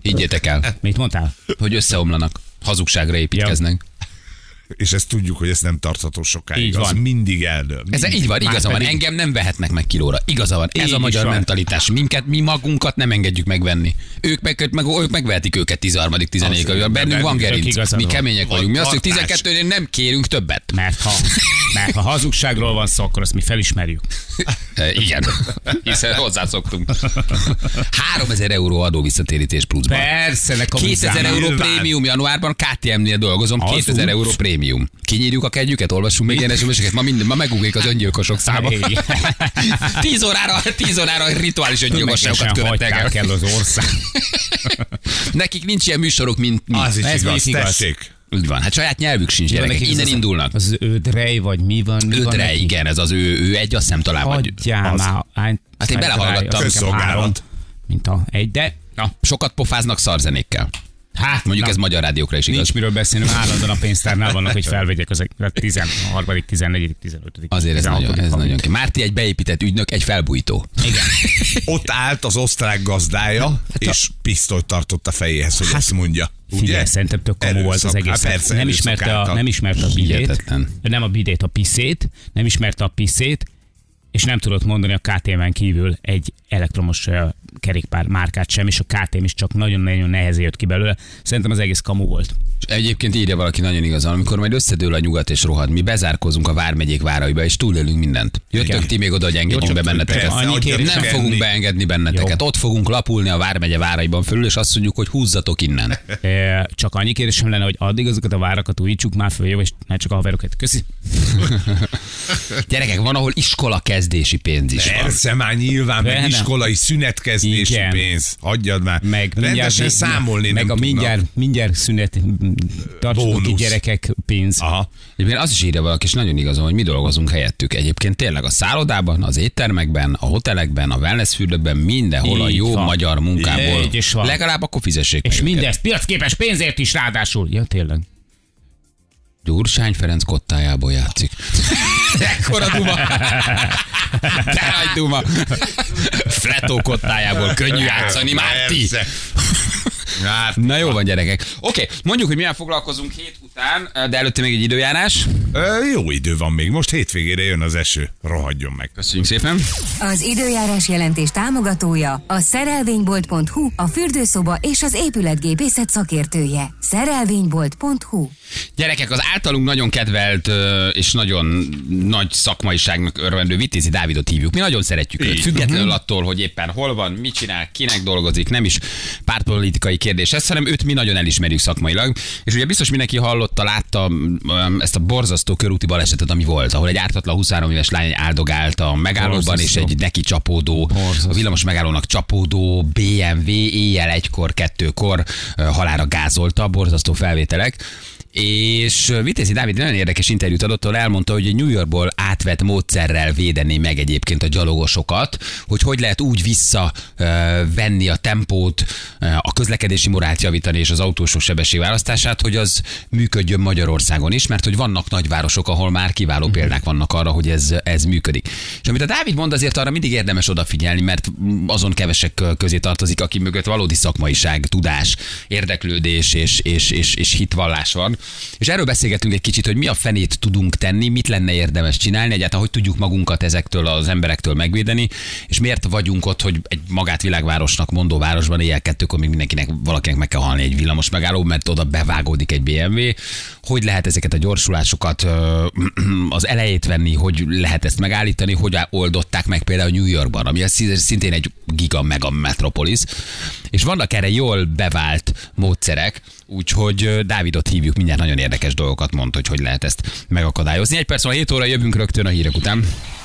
S2: Higgyétek el,
S4: Mit mondtál?
S2: hogy összeomlanak. Hazugságra építkeznek.
S3: És ezt tudjuk, hogy ez nem tartható sokáig.
S4: Így
S3: az
S4: van.
S3: mindig eldől.
S2: Ez így van,
S4: Már
S2: igaza van.
S4: pedig-
S2: Engem nem vehetnek meg kilóra. Igaza van. Ez
S4: Így
S2: a
S4: is
S2: magyar
S4: van.
S2: mentalitás. Minket, mi magunkat nem engedjük megvenni. Ők, meg, meg, ők megvehetik őket 13 14
S3: Az-
S2: ig Bennünk van
S3: bennünk
S2: gerinc.
S4: igazad
S2: Mi
S4: van.
S2: kemények
S3: Van
S2: vagyunk. Mi azt, hogy
S3: tartás.
S2: 12-nél nem kérünk többet.
S4: Mert ha, mert ha hazugságról van szó, akkor azt mi felismerjük.
S2: E, Igen, hiszen hozzászoktunk. 3000 euró adó visszatérítés pluszban.
S4: Persze, ne
S2: 2000 euró
S3: Nyilván.
S2: prémium januárban, KTM-nél dolgozom,
S4: Az
S2: 2000
S4: úgy.
S2: euró prémium. Kinyírjuk a kegyüket, olvassunk még ilyen sms ma, minden, ma megugrik az öngyilkosok száma.
S4: Igen.
S2: 10 órára, 10 órára rituális öngyilkosságokat
S4: Tömegesen
S2: követnek el.
S4: hagyták el az ország.
S2: Nekik nincs ilyen műsorok, mint mi.
S3: Az is
S4: Ez
S3: igaz,
S4: mondjuk igaz.
S3: tessék.
S2: Úgy van, hát saját nyelvük sincs gyerekek,
S4: Nekik ez
S2: innen
S4: az-
S2: indulnak.
S4: Az ödrej, vagy mi van? Mi van
S2: Ötre,
S4: neki?
S2: igen, ez az ő, ő egy, azt hiszem talán, vagy
S4: Hagyjál
S3: az-
S4: már. Hány-
S2: Hát én
S4: hány
S2: belehallgattam.
S4: ödrej? Azt hiszem
S3: Közszolgálat.
S4: három, Mint a egy, de... Na,
S2: sokat pofáznak szarzenékkel. Hát, mondjuk
S4: na.
S2: ez magyar rádiókra is igaz.
S4: Nincs miről beszélnünk, állandóan a pénztárnál vannak, hogy felvegyek az hát a 13., 14., 15.
S2: Azért ez
S4: 16.
S2: nagyon, ez nagyon ki. Márti egy beépített ügynök, egy felbújtó. Igen.
S3: Ott állt az osztrák gazdája,
S4: Hát
S3: és pisztolyt tartott a fejéhez, hogy ezt mondja.
S4: Figyelj, szerintem tök kamu volt az
S3: Erőszak.
S4: egész.
S3: Hát persze,
S4: nem, ismerte a,
S3: erőszak
S4: nem
S3: által.
S4: ismerte a bidét,
S2: Hihetetlen.
S4: nem a bidét, a piszét, nem ismerte a piszét, és nem tudott mondani a KTM-en kívül egy elektromos ö, kerékpár márkát sem, és a KTM is csak nagyon-nagyon nehezen jött ki belőle. Szerintem az egész kamu volt.
S2: És Egyébként írja valaki nagyon igazán, amikor majd összedől a nyugat és rohad, mi bezárkozunk a vármegyék váraiba, és túlélünk mindent. Jöttök ti még oda, hogy engedjünk be benneteket.
S3: persze,
S4: Annyi
S3: adjatok
S4: kérdés-
S2: Nem
S3: enni.
S2: fogunk beengedni benneteket.
S4: Jó.
S2: Ott fogunk lapulni a vármegye váraiban fölül, és azt mondjuk, hogy húzzatok innen.
S4: E, Csak annyi kérdésem lenne, hogy addig azokat a várakat újítsuk már föl, jó, és ne csak a haverokat. Köszi.
S2: Gyerekek, van, ahol iskola kezdési pénz is van.
S3: Persze már nyilván, meg
S4: Benne.
S3: iskolai szünetkezdési
S4: Igen.
S3: pénz. Adjad már.
S4: Meg mindjárt,
S3: Rendesen számolni
S4: meg
S3: nem
S4: a
S3: tudnak.
S4: mindjárt, mindjárt szünet, m- tartsatok ki
S3: Bónusz.
S4: gyerekek pénz.
S3: Aha.
S2: Egyébként az is írja valaki, és nagyon igazam, hogy mi dolgozunk helyettük. Egyébként tényleg a szállodában, az éttermekben, a hotelekben, a wellnessfürdőkben, mindenhol a
S4: Így
S2: jó
S4: van.
S2: magyar munkából.
S4: Így is van.
S2: Legalább akkor fizessék
S4: És
S2: meg őket.
S4: mindezt piacképes pénzért is ráadásul. Ja, tényleg.
S2: Gyurcsány Ferenc kottájából játszik. Ekkora duma. Te nagy duma. Fletó kottájából könnyű játszani, már ti.
S3: Persze. Hát,
S2: Na jó van, gyerekek. Oké, mondjuk, hogy milyen foglalkozunk hét után, de előtte még egy időjárás.
S3: ö, jó idő van még. Most hétvégére jön az eső. Rohadjon meg.
S2: Köszönjük szépen.
S8: Az időjárás jelentés támogatója a szerelvénybolt.hu, a fürdőszoba és az épületgépészet szakértője. Szerelvénybolt.hu
S2: Gyerekek, az általunk nagyon kedvelt ö, és nagyon nagy szakmaiságnak örvendő Vitézi Dávidot hívjuk. Mi nagyon szeretjük őt, függetlenül attól, hogy éppen hol van, mit csinál, kinek dolgozik, nem is pártpolitikai kérdés ez, hanem őt mi nagyon elismerjük szakmailag. És ugye biztos mindenki hallotta, látta ö, ezt a borzasztó körúti balesetet, ami volt, ahol egy ártatlan 23 éves lány áldogált a megállóban, és
S4: Borzasztó.
S2: egy neki csapódó, a villamos megállónak csapódó BMW éjjel egykor, kettőkor ö, halára gázolta, borzasztó felvételek. És ö, Vitézi Dávid nagyon érdekes interjút adott, ahol elmondta, hogy egy New Yorkból átvett módszerrel védené meg egyébként a gyalogosokat, hogy hogy lehet úgy visszavenni a tempót, ö, a közlekedési morált javítani és az autósok sebesség választását, hogy az működjön Magyarországon is, mert hogy vannak nagyvárosok, ahol már kiváló példák vannak arra, hogy ez, ez működik. És amit a Dávid mond, azért arra mindig érdemes odafigyelni, mert azon kevesek közé tartozik, aki mögött valódi szakmaiság, tudás, érdeklődés és, és, és, és hitvallás van. És erről beszélgetünk egy kicsit, hogy mi a fenét tudunk tenni, mit lenne érdemes csinálni, egyáltalán hogy tudjuk magunkat ezektől az emberektől megvédeni, és miért vagyunk ott, hogy egy magát világvárosnak mondó városban éjjel kettőkor még mindenkinek valakinek meg kell halni egy villamos megálló, mert oda bevágódik egy BMW. Hogy lehet ezeket a gyorsulásokat ö, az elejét venni, hogy lehet ezt megállítani, hogy oldották meg például New Yorkban, ami az szintén egy giga mega metropolis, és vannak erre jól bevált módszerek, úgyhogy ö, Dávidot hívjuk, mindjárt nagyon érdekes dolgokat mond, hogy hogy lehet ezt megakadályozni. Egy perc, van 7 óra jövünk rögtön a hírek után.